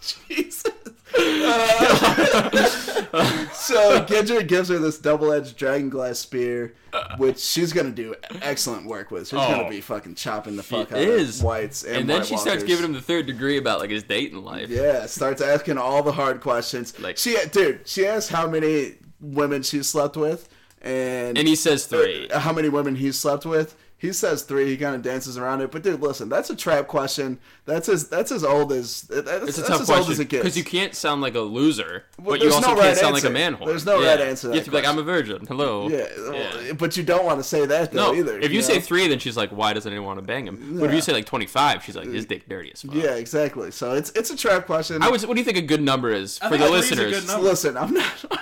B: Jesus. Uh, so Gendry gives her this double-edged dragon glass spear, which she's gonna do excellent work with. She's
A: Oh.
B: gonna be fucking chopping the fuck out
A: is.
B: of whites and,
A: And, then
B: White
A: she starts
B: Walkers.
A: giving him the third degree about like his dating life.
B: Yeah, starts asking all the hard questions.
A: Like-
B: Like she, dude, she asks how many women she slept with, and uh,
A: And he says three.
B: how many women he slept with. He says three. He kind of dances around it, but dude, listen, that's a trap question. That's as that's as old as that's,
A: It's a
B: that's
A: tough
B: as old as
A: question
B: it gets.
A: because you can't sound like a loser, but you
B: there's
A: also
B: no
A: can't
B: right
A: sound like a
B: answer.
A: manhole.
B: There's no
A: yeah.
B: right answer to
A: You have
B: that
A: to be like, I'm a virgin. Hello.
B: Yeah, well, but you don't want to say that though
A: No,
B: either.
A: if you, say
B: know?
A: three, then she's like, "Why doesn't anyone want to bang him?" But if you
B: Yeah.
A: say like twenty-five, she's like, "His dick dirty
C: uh,
A: as fuck."
B: yeah, exactly. So it's it's a trap question.
A: I would. What do you think a good number is for
C: think
A: the
C: a three's a good
A: listeners?
C: number.
B: listen. I'm not. I'm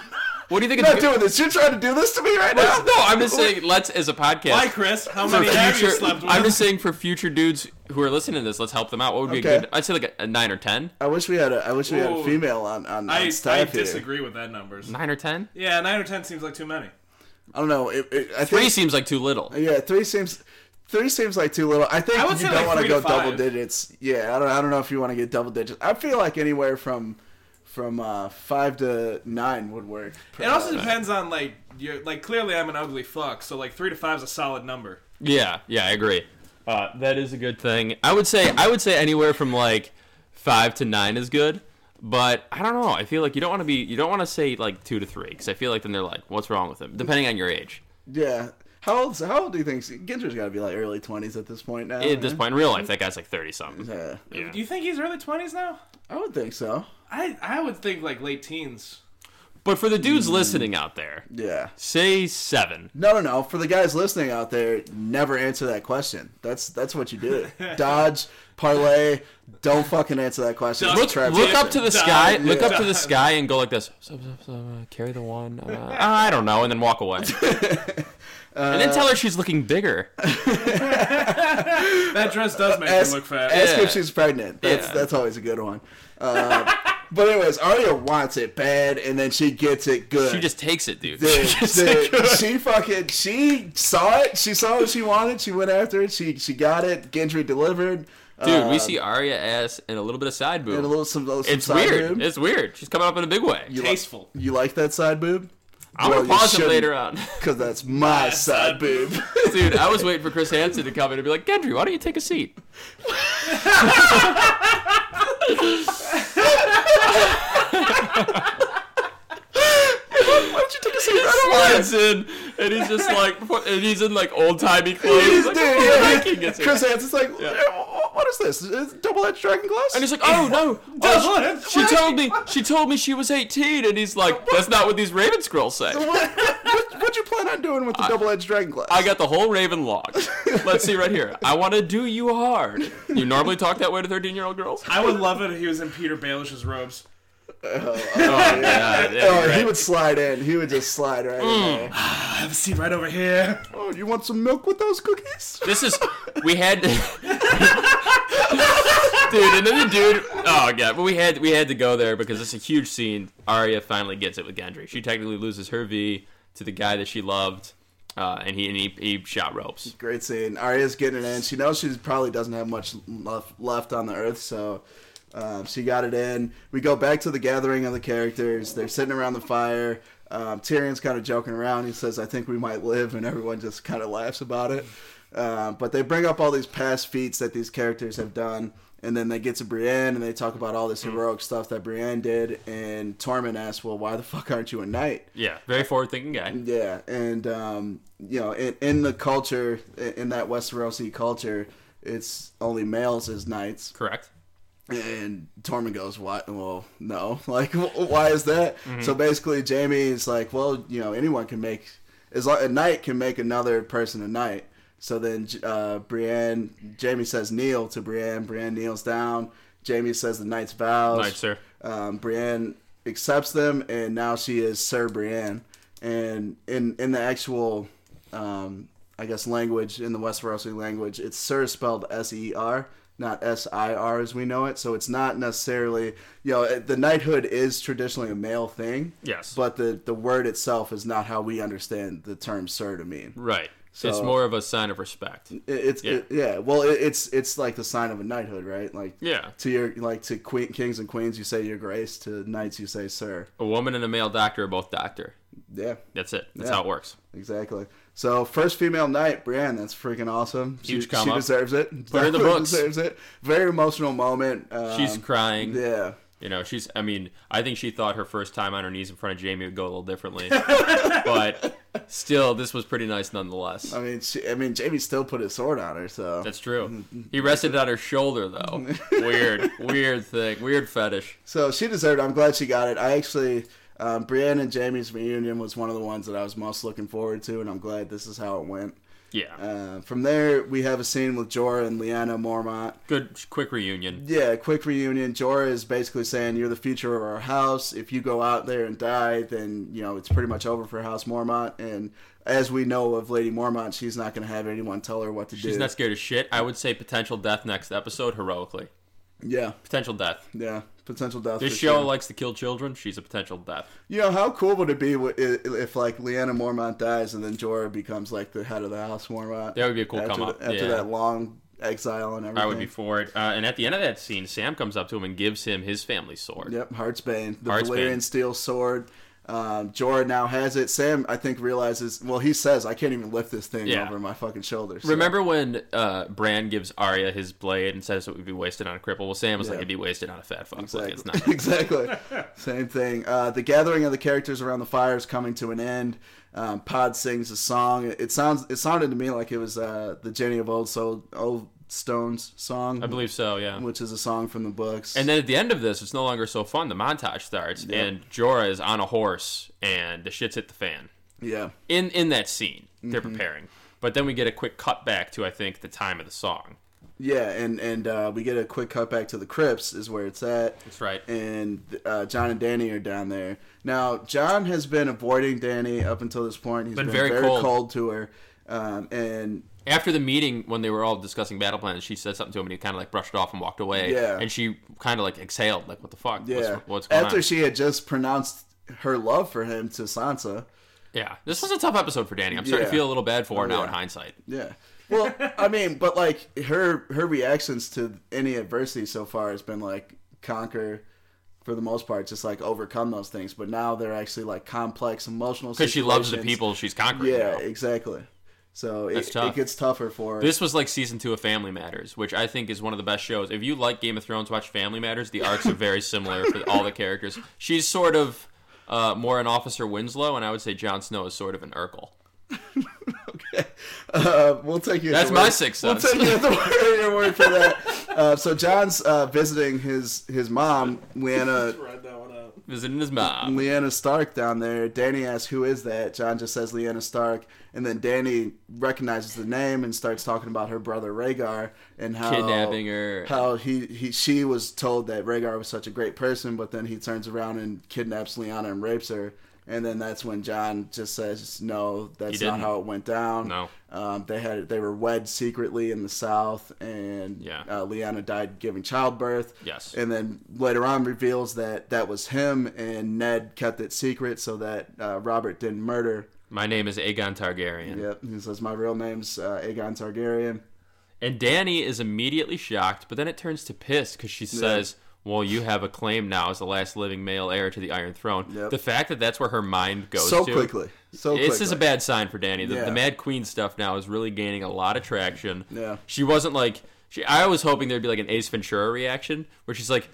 A: What do you think?
B: not
A: a
B: doing this. You're trying to do this to me right now.
A: No, I'm just saying. Let's as a podcast.
C: Hi Chris, how
A: for
C: many have you
A: future,
C: slept with?
A: I'm just saying for future dudes who are listening to this, let's help them out. What would be a
B: Okay.
A: good? I'd say like a, a nine or ten.
B: I wish we had a. I wish we had a
C: Ooh.
B: female on on, on
C: I, I
B: staff here.
C: disagree with that numbers.
A: Nine or ten.
C: Yeah, nine or ten seems like too many.
B: I don't know. It, it, I
A: Three
B: think,
A: seems like too little.
B: Yeah, three seems. Three seems like too little. I think
C: I would
B: you
C: say
B: don't
C: like
B: want to
C: three to
B: go double
C: five.
B: digits. Yeah, I don't. I don't know if you want to get double digits. I feel like anywhere from from uh, five to nine would work. uh,
C: It also depends on like you like clearly I'm an ugly fuck, so like three to five is a solid number.
A: Yeah, yeah, I agree. Uh, that is a good thing. I would say I would say anywhere from like five to nine is good. But I don't know. I feel like you don't want to be. You don't want to say like two to three because I feel like then they're like, "What's wrong with them?" Depending on your age.
B: Yeah. How old? How old do you think Ginter's got to be? Like early twenties at this point now.
A: At this
B: man?
A: point in real life, that guy's like thirty something.
B: Yeah.
A: Yeah.
C: Do you think he's early twenties now?
B: I would think so.
C: I I would think like late teens.
A: But for the dudes listening out there,
B: Yeah.
A: say seven.
B: No, no, no. For the guys listening out there, never answer that question. That's that's what you do. Dodge, parlay. Don't fucking answer that question.
C: Look-
B: It's
A: Look,
B: Trav
A: look up to
B: Jackson.
A: the sky.
C: Done.
A: Look up to
C: Done.
A: the sky and go like this. Sup, sup, sup, uh, carry the one. Uh, I don't know, and then walk away.
B: Uh,
A: and then tell her she's looking bigger.
C: That dress does make
B: Ask,
C: him look fat.
B: ask
A: Yeah.
B: if she's pregnant. That's
A: Yeah.
B: that's always a good one. Uh, but anyways, Arya wants it bad, and then she gets it good.
A: She just takes it, dude.
B: Dude,
A: She just-
B: dude, she fucking she saw it. She saw what she wanted. She went after it. She she got it. Gendry delivered.
A: Dude,
B: Uh,
A: we see Arya ass and a little bit of side boob.
B: and a little some, some
A: it's
B: side
A: weird.
B: boob.
A: It's weird. She's coming up in a big way.
B: You li-
C: Tasteful.
B: you like that side boob?
A: I'm gonna pause it later on,
B: because that's my side boob.
A: dude. I was waiting for Chris Hansen to come in and be like, "Gendry, why don't you take a seat?"
B: Why don't you take a seat right away?
A: Slides in, and he's just like, and he's in like old timey clothes.
B: He's
A: Oh, like,
B: dude,
A: "What the
B: yeah,
A: heck?" He gets it.
B: Chris Hansen's like, "Wha- what is this? It's double-edged dragon glass?
A: And he's like, "Oh no, oh, she, she
B: What?
A: told me, she told me she was 18," and he's like, "That's not what these Raven scrolls say."
B: what, what, what, what'd you plan on doing with the double-edged dragon glass?
A: I got the whole Raven log. Let's see right here. I want to do you hard. You normally talk that way to 13-year-old girls?
C: I would love it if he was in Peter Baelish's robes.
A: Oh, yeah,
B: Oh, he would slide in. He would just slide right
A: Mm.
B: in there.
C: I have a seat right over here.
B: Oh, you want some milk with those cookies?
A: This is we had dude, and then the dude. Oh god, but we had we had to go there because it's a huge scene. Arya finally gets it with Gendry. She technically loses her V to the guy that she loved, uh, and he and he, he shot ropes.
B: Great scene. Arya's getting it in. She knows she probably doesn't have much left, left on the earth, so um, she got it in. We go back to the gathering of the characters. They're sitting around the fire. Um, Tyrion's kind of joking around. He says, "I think we might live," and everyone just kind of laughs about it. Um, but they bring up all these past feats that these characters have done, and then they get to Brienne and they talk about all this heroic stuff that Brienne did. And Tormund asks, "Well, why the fuck aren't you a knight?"
A: Yeah, very forward-thinking guy.
B: Yeah, and um, you know, in, in the culture, in that Westerosi culture, it's only males as knights.
A: Correct.
B: And Tormund goes, "Why? Well, no. Like, wh- why is that?" So basically, Jamie is like, "Well, you know, anyone can make as long, a knight can make another person a knight." So then, J- uh, Brienne, Jamie says, "Kneel" to Brienne. Brienne kneels down. Jamie says the knight's vows.
A: Knight, sir.
B: Um, Brienne accepts them, and now she is Sir Brienne. And in in the actual, um, I guess, language in the Westerosi language, it's Sir spelled S E R, not S I R as we know it. So it's not necessarily, you know, the knighthood is traditionally a male thing.
A: Yes.
B: But the the word itself is not how we understand the term Sir to mean.
A: Right. it's
B: So-
A: more of a sign of respect.
B: It- It's
A: Yeah.
B: yeah. yeah. Well, it, it's it's like the sign of a knighthood, right? Like
A: Yeah.
B: To your like to queen, kings and queens, you say your grace. To knights, you say sir.
A: A woman and a male doctor are both doctor.
B: Yeah,
A: That's it. That's
B: Yeah.
A: how it works.
B: exactly. So first female knight, Brienne. That's freaking awesome. She,
A: Huge come
B: she
A: up.
B: deserves it.
A: her in the
B: Definitely
A: books.
B: Deserves it. Very emotional moment. Um,
A: She's crying.
B: yeah.
A: You know, she's. I mean, I think she thought her first time on her knees in front of Jamie would go a little differently, but still, this was pretty nice nonetheless.
B: I mean, she, I mean, Jamie still put his sword on her. So
A: That's true. He rested on her shoulder though. Weird, weird thing, weird fetish.
B: So she deserved. it. I'm glad she got it. I actually, um, Brienne and Jamie's reunion was one of the ones that I was most looking forward to, and I'm glad this is how it went.
A: Yeah,
B: Uh, from there, we have a scene with Jorah and Lyanna Mormont.
A: good, quick reunion.
B: Yeah, quick reunion. Jorah is basically saying, "You're the future of our house. If you go out there and die, then you know it's pretty much over for House Mormont." And as we know of Lady Mormont, she's not going to have anyone tell her what to
A: She's
B: do.
A: not scared of shit. I would say potential death next episode heroically.
B: yeah,
A: Potential death.
B: yeah, potential death.
A: This
B: for
A: show
B: sure.
A: likes to kill children. She's a potential death.
B: You know, how cool would it be wi- i- if, like, Leanna Mormont dies and then Jorah becomes, like, the head of the House Mormont?
A: That would be a cool
B: after
A: come up,
B: the- after
A: yeah.
B: that long exile and everything.
A: I would be for it. Uh, and at the end of that scene, Sam comes up to him and gives him his family's sword.
B: Yep, Heartsbane. The
A: Heartsbane.
B: Valyrian steel sword. Um, Jorah now has it. Sam, I think, realizes, well, he says, I can't even lift this thing
A: Yeah.
B: over my fucking shoulders.
A: Remember when uh, Bran gives Arya his blade and says it would be wasted on a cripple? Well, Sam was like,
B: Yeah.
A: it'd be wasted on a fat fuck. Like, it's not.
B: Exactly. exactly. Same thing. Uh, the gathering of the characters around the fire is coming to an end. Um, Pod sings a song. It, it sounds. It sounded to me like it was uh, the Jenny of old. So old Stones song,
A: I believe so, yeah.
B: which is a song from the books.
A: And then at the end of this, it's no longer so fun. The montage starts, and Jorah is on a horse, and the shit's hit the fan.
B: yeah,
A: In in that scene, they're
B: Mm-hmm.
A: preparing. But then we get a quick cut back to I think the time of the song.
B: yeah, and and uh, we get a quick cut back to the crypts is where it's at.
A: That's right.
B: and uh, John and Danny are down there. Now, John has been avoiding Danny up until this point. He's been,
A: very
B: very,
A: cold.
B: cold. to her, um, and
A: After the meeting, when they were all discussing battle plans, she said something to him, and he kind of like brushed it off and walked away.
B: Yeah.
A: And she kind of like exhaled, like, "What the fuck?
B: yeah,
A: What's, what's going
B: after
A: on?"
B: she had just pronounced her love for him to Sansa.
A: yeah. This was a tough episode for Danny. I'm starting to
B: Yeah.
A: feel a little bad for her now in
B: yeah.
A: hindsight.
B: Yeah. Well, I mean, but like her her reactions to any adversity so far has been like conquer for the most part, just like overcome those things. But now they're actually like complex emotional
A: Because she loves the
B: situations.
A: people she's conquering.
B: Yeah,
A: now.
B: exactly. So it,
A: tough.
B: it gets tougher for her.
A: This was like season two of Family Matters, which I think is one of the best shows. If you like Game of Thrones, watch Family Matters. The arcs are very similar for all the characters. She's sort of uh, more an Officer Winslow, and I would say Jon Snow is sort of an Urkel.
B: Uh, we'll take you. at
A: That's
B: the
A: my
B: word.
A: sixth
B: We'll
A: sense.
B: take you at the word, your word for that. Uh, so John's uh, visiting his his mom, Leanna
C: Read that one up.
A: Visiting his mom.
B: Leanna Stark down there. Danny asks, "Who is that?" John just says, "Leanna Stark," and then Danny recognizes the name and starts talking about her brother Rhaegar and how
A: Kidnapping her.
B: How he, he she was told that Rhaegar was such a great person, but then he turns around and kidnaps Leanna and rapes her. And then that's when John just says, "No, that's not
A: didn't.
B: how it went down."
A: No.
B: um, they had they were wed secretly in the South, and
A: Yeah.
B: uh, Leanna died giving childbirth.
A: Yes.
B: And then later on reveals that that was him, and Ned kept it secret so that uh, Robert didn't murder.
A: My name is Aegon Targaryen.
B: Yep. He says, My real name's uh, Aegon Targaryen.
A: And Danny is immediately shocked, but then it turns to piss because she says, Well, you have a claim now as the last living male heir to the Iron Throne.
B: Yep.
A: The fact that that's where her mind goes
B: So
A: to.
B: quickly. So quickly.
A: This is a bad sign for Danny. The,
B: Yeah.
A: the Mad Queen stuff now is really gaining a lot of traction.
B: Yeah.
A: She wasn't like she. I was hoping there'd be like an Ace Ventura reaction where she's like,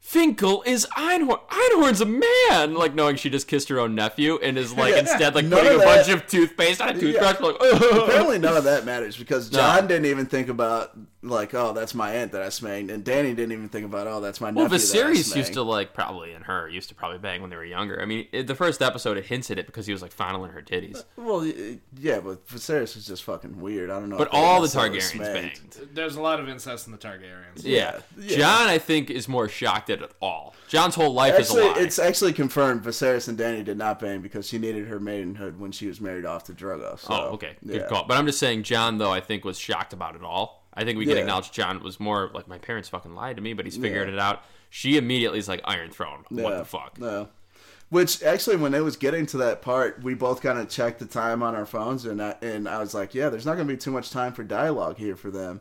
A: "Finkel is Einhorn. Einhorn's a man." Like knowing she just kissed her own nephew and is like instead like
B: None
A: putting a
B: of
A: bunch
B: that-
A: of toothpaste on a toothbrush. Like, "Ugh."
B: Apparently none of that matters because John didn't even think about like oh that's my aunt that I smanged and Danny didn't even think about oh that's my
A: Well,
B: nephew that I
A: Viserys used
B: smanged."
A: to like probably, and her used to probably bang when they were younger. I mean, it, the first episode it hints at it because he was like fondling her titties.
B: well y- yeah but Viserys is just fucking weird I don't know
A: But
B: if they
A: all the
B: necessarily
A: Targaryens
B: smanged.
A: banged.
C: There's a lot of incest in the Targaryens.
A: Yeah.
B: Yeah.
A: John, I think, is more shocked at it all. John's whole life
B: Actually,
A: is a lie.
B: it's actually confirmed Viserys and Danny did not bang because she needed her maidenhood when she was married off to Drogo. So,
A: Oh, okay. Good
B: yeah.
A: call. But I'm just saying, John, though, I think was shocked about it all. I think we can
B: Yeah.
A: acknowledge John was more like, my parents fucking lied to me, but he's figured it out. She immediately is like, Iron Throne. What
B: Yeah,
A: the fuck?
B: No. Which actually, when it was getting to that part, we both kind of checked the time on our phones, and I, and I was like, yeah, there's not going to be too much time for dialogue here for them.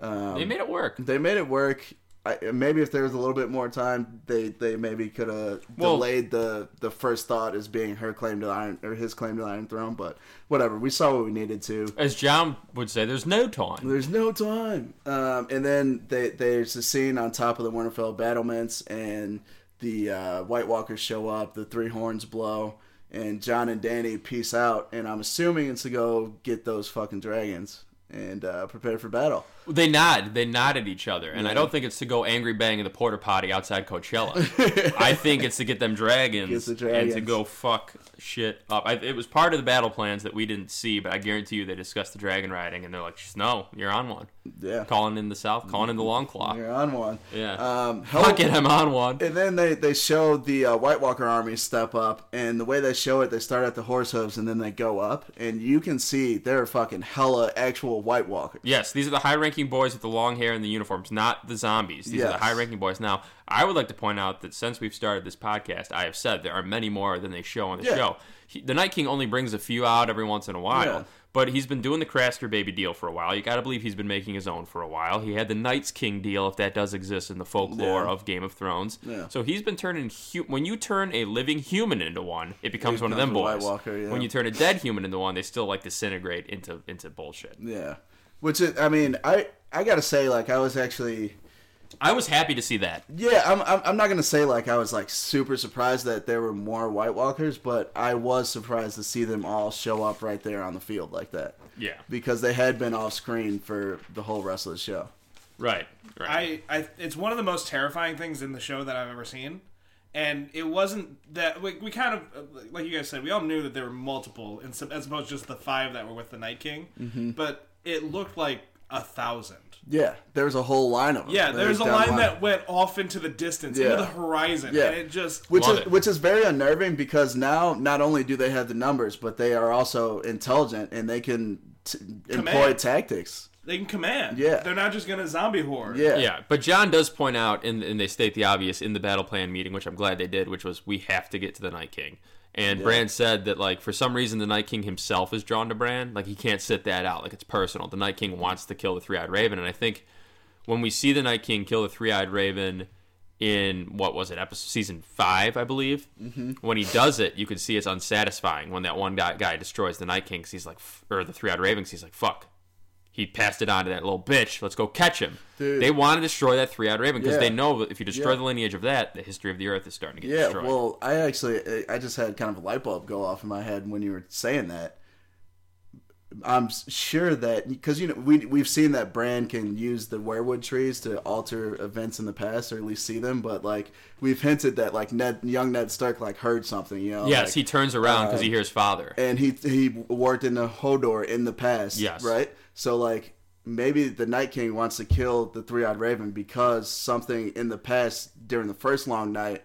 A: They made it work.
B: They made it work. I, maybe if there was a little bit more time, they, they maybe could have
A: Well-
B: delayed the, the first thought as being her claim to the iron or his claim to the Iron Throne. But whatever, we saw what we needed to.
A: As John would say, there's no time.
B: There's no time. Um, and then they, there's a scene on top of the Winterfell battlements, and the uh, White Walkers show up. The three horns blow, and John and Danny peace out. And I'm assuming it's to go get those fucking dragons and uh, prepare for battle.
A: They nod. They nod at each other. And I don't think it's to go angry bang in the porta potty outside Coachella. I think it's to get them dragons,
B: Get the
A: and
B: dragons.
A: to go fuck shit up. I, it was part of the battle plans that we didn't see, but I guarantee you they discussed the dragon riding, and they're like, "No, you're on one."
B: Yeah,
A: Calling in the south, calling in the long claw.
B: you're on one.
A: Yeah.
B: Um,
A: Fuck
B: Hel-
A: it, I'm on one.
B: And then they, they show the uh, White Walker army step up, and the way they show it, they start at the horse hooves and then they go up, and you can see they're fucking hella actual White Walkers.
A: Yes, these are the high ranking boys with the long hair and the uniforms, not the zombies. These are the
B: Yes.
A: high ranking boys. Now, I would like to point out that since we've started this podcast, I have said there are many more than they show on the
B: Yeah.
A: show. He, the Night King only brings a few out every once in a while.
B: Yeah.
A: But he's been doing the Craster Baby deal for a while. You got to believe he's been making his own for a while. He had the Knights King deal, if that does exist in the folklore
B: Yeah.
A: of Game of Thrones.
B: Yeah.
A: So he's been turning. Hu- when you turn a living human into one, it becomes one of them
B: becomes a White
A: boys.
B: Walker, yeah.
A: When you turn a dead human into one, they still like disintegrate into into bullshit.
B: Yeah, which is, I mean, I I gotta say, like, I was actually
A: I was happy to see that.
B: Yeah, I'm, I'm. I'm not gonna say like I was like super surprised that there were more White Walkers, but I was surprised to see them all show up right there on the field like that
A: Yeah.
B: because they had been off screen for the whole rest of the show.
A: Right. Right.
C: I, I it's one of the most terrifying things in the show that I've ever seen. And it wasn't that we, we kind of like you guys said we all knew that there were multiple and some, as opposed to just the five that were with the Night King,
B: Mm-hmm.
C: but it looked like a thousand.
B: Yeah, there was a whole line of them.
C: Yeah,
B: They
C: there's a
B: down
C: line that went off into the distance,
B: Yeah.
C: into the horizon,
B: Yeah.
C: and it just
B: which
A: Love
B: is
A: it.
B: which is very unnerving because now not only do they have the numbers, but they are also intelligent and they can t- employ
C: Command.
B: tactics.
C: they can command.
B: Yeah.
C: they're not just gonna zombie horde.
B: Yeah,
A: yeah, but John does point out, and, and they state the obvious in the battle plan meeting, which I'm glad they did, which was we have to get to the Night King. And Bran said that, like, for some reason, the Night King himself is drawn to Bran. Like, he can't sit that out. Like, it's personal. The Night King wants to kill the Three Eyed Raven. And I think when we see the Night King kill the Three Eyed Raven in, what was it, episode season five, I believe, mm-hmm. when he does it, you can see it's unsatisfying when that one guy, guy destroys the Night King 'cause he's like, f- or the Three Eyed Raven 'cause he's like, fuck, he passed it on to that little bitch. Let's go catch him.
B: Dude.
A: They want to destroy that three-eyed raven because they
B: Yeah.
A: know if you destroy
B: Yeah.
A: the lineage of that, the history of the earth is starting to get
B: Yeah,
A: destroyed.
B: well, I actually I just had kind of a light bulb go off in my head when you were saying that. I'm s- sure that because you know we we've seen that Bran can use the werewood trees to alter events in the past or at least see them, but like we've hinted that like Ned, young Ned Stark, like heard something, you know?
A: yes,
B: like- um,
A: he turns around because he hears father.
B: and he he worked in the Hodor in the past.
A: Yes.
B: Right. So like maybe the Night King wants to kill the Three Eyed Raven because something in the past during the first Long Night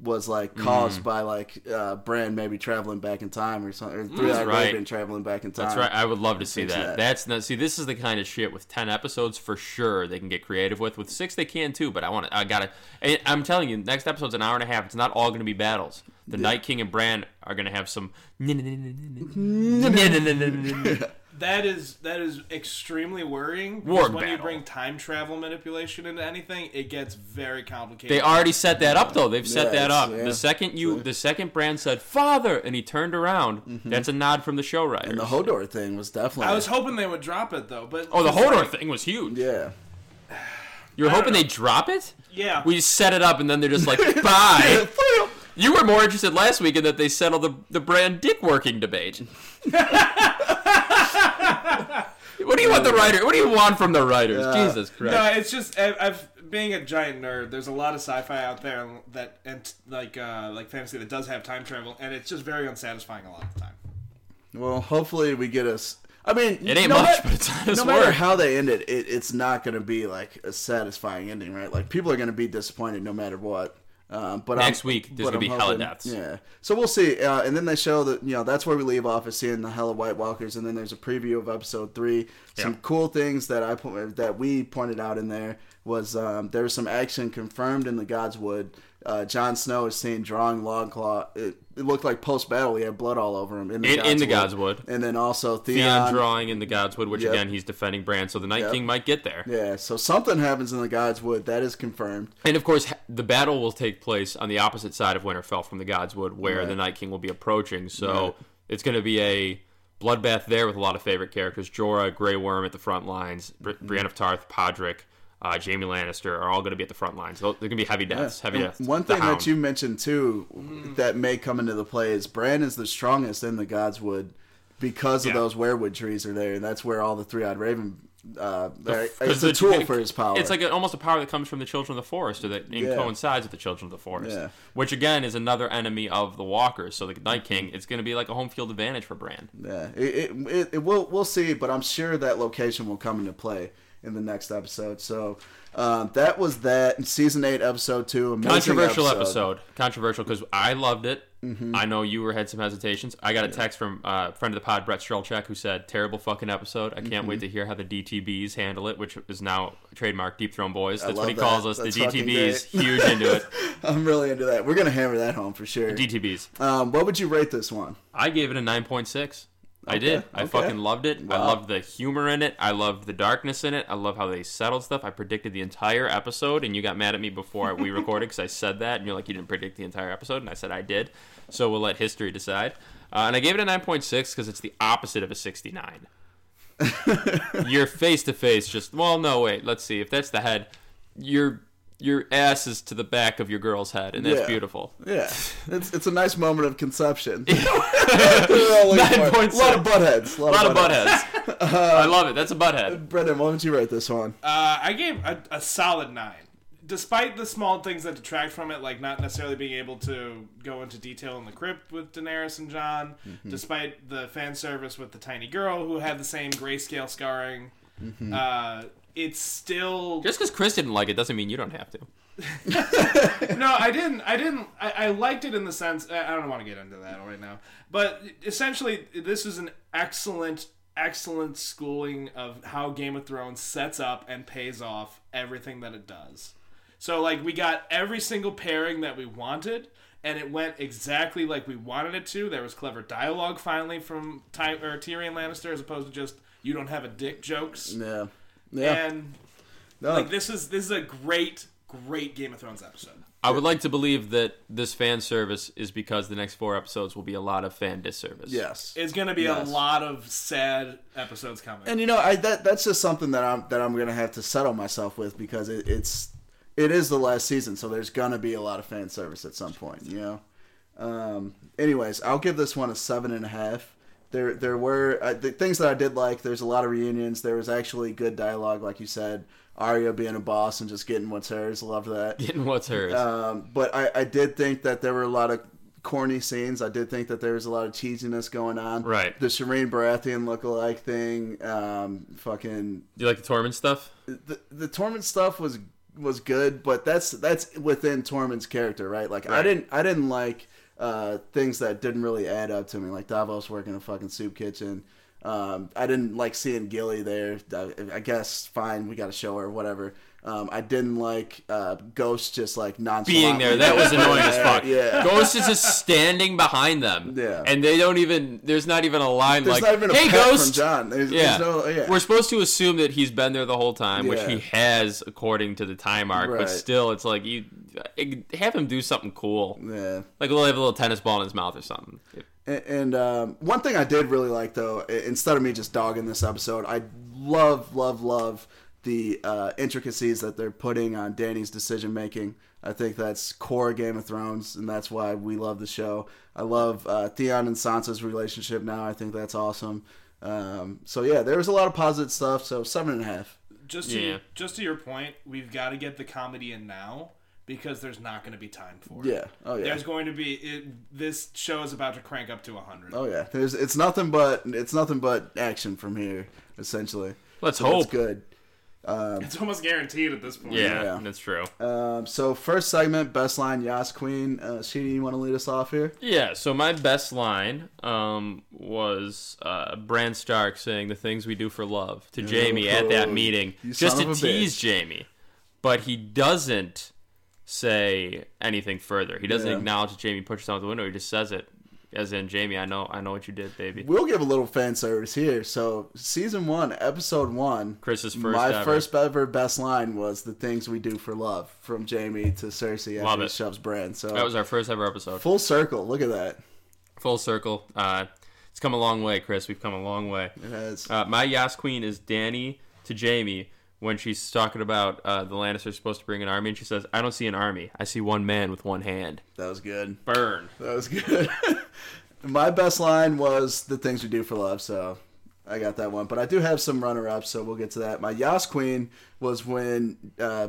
B: was like
A: Mm-hmm.
B: caused by like uh, Bran maybe traveling back in time or something. Or Three Eyed
A: Mm. right.
B: Raven traveling back in time.
A: That's right. I would love to see
B: Fix
A: that.
B: that.
A: That's not see. This is the kind of shit with ten episodes for sure they can get creative with. With six they can too. But I want to. I gotta. and I'm telling you, next episode's an hour and a half. It's not all going to be battles. The Night King and Bran are going to have some.
C: That is that is extremely worrying. because
A: War
C: when you
A: battle.
C: bring time travel manipulation into anything, it gets very complicated.
A: They already set that up though. They've set
B: Yeah,
A: that
B: it's-
A: up.
B: yeah. Mm-hmm.
A: The second you, the second Bran said "father" and he turned around, that's a nod from the show writer.
B: And the Hodor thing was definitely.
C: I was hoping they would drop it though, but
A: oh, the Hodor thing was huge.
B: yeah.
A: You were
C: don't
A: hoping
C: know.
A: they drop it?
C: Yeah,
A: We just set it up and then they're just like, "Bye." You were more interested last week in that they settled the the brand dick working debate. what do you want the writer? What do you want from the writers?
B: Yeah.
A: Jesus Christ!
C: No, it's just I, I've being a giant nerd. There's a lot of sci-fi out there and that and like uh, like fantasy that does have time travel, and it's just very unsatisfying a lot of the time.
B: Well, hopefully we get us. I mean,
A: It ain't
B: no
A: much,
B: mat-
A: but it's on
B: no
A: his
B: matter
A: work.
B: how they end it, it it's not going to be like a satisfying ending, right? Like people are going to be disappointed no matter what. Um, but
A: Next
B: I'm-
A: week, there's
B: but
A: gonna
B: I'm
A: be hella
B: hoping-
A: deaths.
B: Yeah, so we'll see. Uh, and then they show that you know that's where we leave off is seeing the hella White Walkers, and then there's a preview of episode three. Some
A: Yeah.
B: cool things that I point that we pointed out in there was um, there was some action confirmed in the Godswood. Uh, Jon Snow is seen drawing Longclaw. It, it looked like post battle, he had blood all over him. In the,
A: In-
B: Godswood.
A: in the Godswood.
B: and then also
A: Theon
B: Theon.
A: drawing in the Godswood, which
B: Yep.
A: again he's defending Bran, so the Night
B: Yep.
A: King might get there.
B: Yeah, so something happens in the Godswood that is confirmed.
A: And of course, ha- the battle will take place on the opposite side of Winterfell from the Godswood, where the Night King will be approaching. So it's going to be a bloodbath there with a lot of favorite characters: Jorah, Grey Worm at the front lines, Br-
B: Mm-hmm.
A: Brienne of Tarth, Podrick, uh, Jamie Lannister are all going to be at the front lines. They'll- They're going to be heavy deaths. Heavy
B: And
A: deaths.
B: One
A: The
B: thing that
A: Hound.
B: you mentioned too that may come into the play is Bran is the strongest in the Godswood because of
A: Yeah.
B: those werewood trees are there, and that's where all the three eyed raven. Uh, are- it's
A: 'Cause
B: a
A: the-
B: tool for his power.
A: It's like a, almost a power that comes from the Children of the Forest, or that and
B: Yeah.
A: coincides with the Children of the Forest,
B: Yeah.
A: which again is another enemy of the Walkers. So the Night King,
B: Mm-hmm.
A: it's going to be like a home field advantage for Bran.
B: yeah, it, it, it, it we'll we'll see, but I'm sure that location will come into play in the next episode. So um, that was that season eight episode two. Amazing Mm-hmm.
A: controversial episode. Controversial because I loved it. I know you were had some hesitations. I got a text from uh, friend of the pod, Brett Strelchak, who said, "Terrible fucking episode. I can't
B: Mm-hmm.
A: wait to hear how the DTBs handle it, which is now trademark Deep Throne Boys. That's
B: love
A: what he calls
B: that.
A: us.
B: That's
A: the
B: fucking
A: DTBs, huge into it.
B: I'm really into that. We're gonna hammer that home for sure.
A: DTBs.
B: Um, what would you rate this one?
A: I gave it a nine point six. I did. I
B: okay.
A: fucking loved it. I
B: Wow.
A: loved the humor in it. I loved the darkness in it. I love how they settled stuff. I predicted the entire episode, and you got mad at me before we recorded because I said that, and you're like, you didn't predict the entire episode, and I said I did. So we'll let history decide. Uh, and I gave it a nine point six because it's the opposite of a sixty nine. you're face to face. Just well, no wait. Let's see if that's the head. your your ass is to the back of your girl's head, and that's
B: Yeah.
A: beautiful.
B: Yeah, it's it's a nice moment of conception. They're all looking for it.
A: 9.6.
B: a lot of buttheads.
A: A lot of
B: buttheads.
A: buttheads. I love it. That's a butthead.
B: Brendan, why don't you write this one?
C: Uh, I gave a, a solid nine. Despite the small things that detract from it, like not necessarily being able to go into detail in the crypt with Daenerys and John,
A: Mm-hmm.
C: despite the fan service with the tiny girl who had the same grayscale scarring,
A: Mm-hmm.
C: uh, it's still
A: Just because Chris didn't like it doesn't mean you don't have to.
C: no, I didn't. I didn't. I, I liked it in the sense. I I don't want to get into that right now. But essentially, this is an excellent, excellent schooling of how Game of Thrones sets up and pays off everything that it does. So, like, we got every single pairing that we wanted, and it went exactly like we wanted it to. There was clever dialogue finally from Ty- or Tyrion Lannister, as opposed to just "you don't have a dick" jokes.
B: Yeah, yeah.
C: And
B: no.
C: like, this is this is a great, great Game of Thrones episode.
A: I would like to believe that this fan service is because the next four episodes will be a lot of fan disservice.
B: yes.
C: It's going to be
B: Yes.
C: a lot of sad episodes coming.
B: and you know, I that that's just something that I'm that I'm gonna have to settle myself with because it, it's it is the last season, so there's gonna be a lot of fan service at some point. You know. Um, anyways, I'll give this one a seven and a half. There, there were uh, the things that I did like. There's a lot of reunions. There was actually good dialogue, like you said. Arya being a boss and just getting what's hers. Love that.
A: Getting what's hers.
B: Um, but I, I did think that there were a lot of corny scenes. I did think that there was a lot of cheesiness going on.
D: Right.
B: The Shireen Baratheon lookalike thing. Um, fucking
D: Do you like the Torment stuff?
B: the, the Tormund stuff was was good, but that's that's within Tormund's character, right? Like I
D: Right.
B: didn't I didn't like uh, things that didn't really add up to me, like Davos working a fucking soup kitchen. Um, I didn't like seeing Gilly there. I, I guess fine, we got to show her whatever. Um, I didn't like uh, Ghost just like nonchalantly
A: being there. That was annoying as fuck.
B: Yeah.
A: Ghost is just standing behind them.
B: Yeah.
A: And they don't even there's not even a line like
B: There's not even a
A: Hey
B: pep from
A: Ghost.
B: John. There's,
A: Yeah.
B: there's no, yeah.
A: We're supposed to assume that he's been there the whole time, which
B: Yeah.
A: he has according to the time arc,
B: Right.
A: but still it's like you have him do something cool.
B: yeah.
A: Like he'll have a little tennis ball in his mouth or something.
B: And, and um, one thing I did really like, though, i- instead of me just dogging this episode, I love, love, love the uh, intricacies that they're putting on Danny's decision making. I think that's core Game of Thrones, and that's why we love the show. I love uh, Theon and Sansa's relationship now. I think that's awesome. Um, so yeah, there was a lot of positive stuff. So seven and a half.
C: just to
A: Yeah.
C: just to your point, we've got to get the comedy in now because there's not going to be time for it.
B: Yeah. Oh yeah.
C: There's going to be it, this show is about to crank up to 100.
B: Oh yeah. There's it's nothing but it's nothing but action from here essentially.
A: Let's
B: so that's
A: hope.
B: good.
C: It's almost guaranteed at this point.
A: Yeah,
B: Yeah.
A: that's true.
B: Um, so first segment, best line, Yas Queen. Uh, Sheedy, you want to lead us off here?
A: Yeah, so my best line um, was uh, Bran Stark saying the things we do for love to Jamie at that
B: Cody,
A: meeting
B: you
A: just
B: son
A: to
B: of a
A: tease Jamie. But he doesn't say anything further. He doesn't
B: Yeah.
A: acknowledge that Jamie pushes out the window. He just says it as in Jamie, I know I know what you did, baby.
B: We'll give a little fan service here. So season one, episode one.
A: Chris's first
B: my
A: ever.
B: first ever best line was the things we do for love from Jamie to Cersei
A: Love
B: after he
A: it.
B: shoves Bran. So
A: That was our first ever episode.
B: full circle. Look at that.
A: Full circle. Uh, it's come a long way, Chris. We've come a long way.
B: It has.
A: Uh, my Yas Queen is Danny to Jamie when she's talking about uh, the Lannisters supposed to bring an army, and she says, "I don't see an army. I see one man with one hand."
B: that was good.
A: Burn.
B: That was good. my best line was the things we do for love. So I got that one. But I do have some runner ups, so we'll get to that. My Yas Queen was when uh,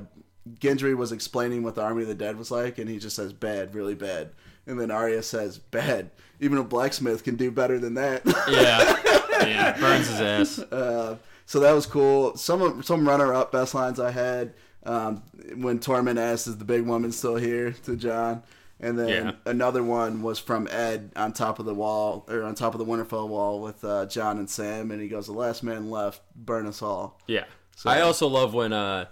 B: Gendry was explaining what the Army of the Dead was like, and he just says, bad, really bad. And then Arya says, bad. Even a blacksmith can do better than that.
A: Yeah, yeah. Burns his ass.
B: Uh, so that was cool. Some of- some runner up best lines I had um, when Torment asked, "Is the big woman still here?" to John, and then
A: Yeah.
B: another one was from Ed on top of the wall or on top of the Winterfell wall with uh, John and Sam, and he goes, "The last man left, burn us all."
A: Yeah. I also love when uh,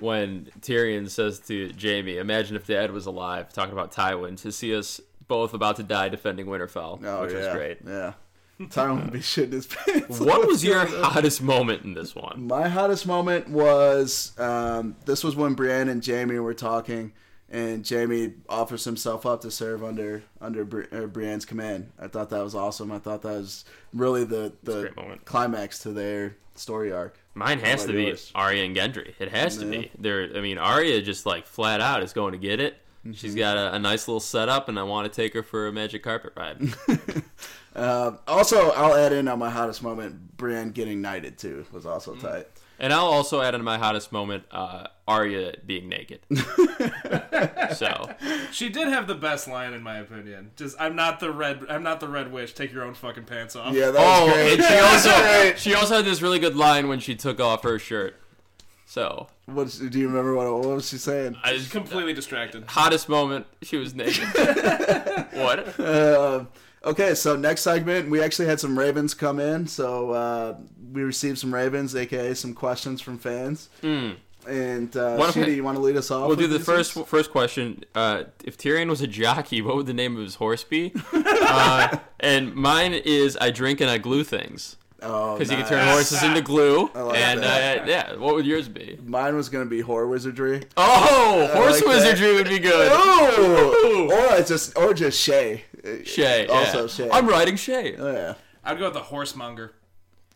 A: when Tyrion says to Jamie, "Imagine if Dad was alive." Talking about Tywin to see us both about to die defending Winterfell,
B: Oh,
A: which
B: yeah,
A: was great.
B: Yeah, Tyron would be shitting his pants.
A: What was your hottest moment in this one?
B: My hottest moment was um, this was when Brienne and Jamie were talking, and Jamie offers himself up to serve under under Bri- uh, Brienne's command. I thought that was awesome. I thought that was really the
E: a
B: the
E: great moment.
B: climax to their story arc.
A: Mine has
B: about
A: to be
B: yours?
A: Arya and Gendry. It has to be. There, I mean, Arya just like flat out is going to get it.
B: Mm-hmm.
A: She's got a, a nice little setup, and I want to take her for a magic carpet ride.
B: Um, also, I'll add in on my hottest moment: Brienne getting knighted too was also
A: Mm.
B: tight.
A: and I'll also add in my hottest moment, uh, Arya being naked. so
C: She did have the best line in my opinion. Just I'm not the red I'm not the red witch. Take your own fucking pants off.
B: Yeah, that
A: Oh,
B: was great.
A: and she
B: That was
A: also
B: great.
A: she also had this really good line when she took off her shirt. So
B: What's, do you remember what, what was she saying?
A: I
C: She's completely distracted.
A: hottest moment she was naked. what?
B: Uh, okay, so next segment, we actually had some Ravens come in. So uh, we received some Ravens, aka some questions from fans. And uh,
A: Why don't
B: Shitty,
A: Hmm. we-
B: you want to lead us off?
A: We'll
B: with
A: do the
B: these
A: first
B: ones?
A: first question. Uh, if Tyrion was a jockey, what would the name of his horse be? uh, and mine is I drink and I glue things
B: Oh,
A: because you
B: nice.
A: can turn horses into glue.
B: like
A: and
B: that.
A: uh, yeah, what would yours be?
B: Mine was going to be whore wizardry.
A: Oh, horse
B: like that.
A: wizardry would be good.
B: Oh, or it's just or just Shay.
A: Shay,
B: Also
A: yeah.
B: Shay.
A: I'm riding Shay.
B: Oh, yeah.
C: I'd go with the horsemonger.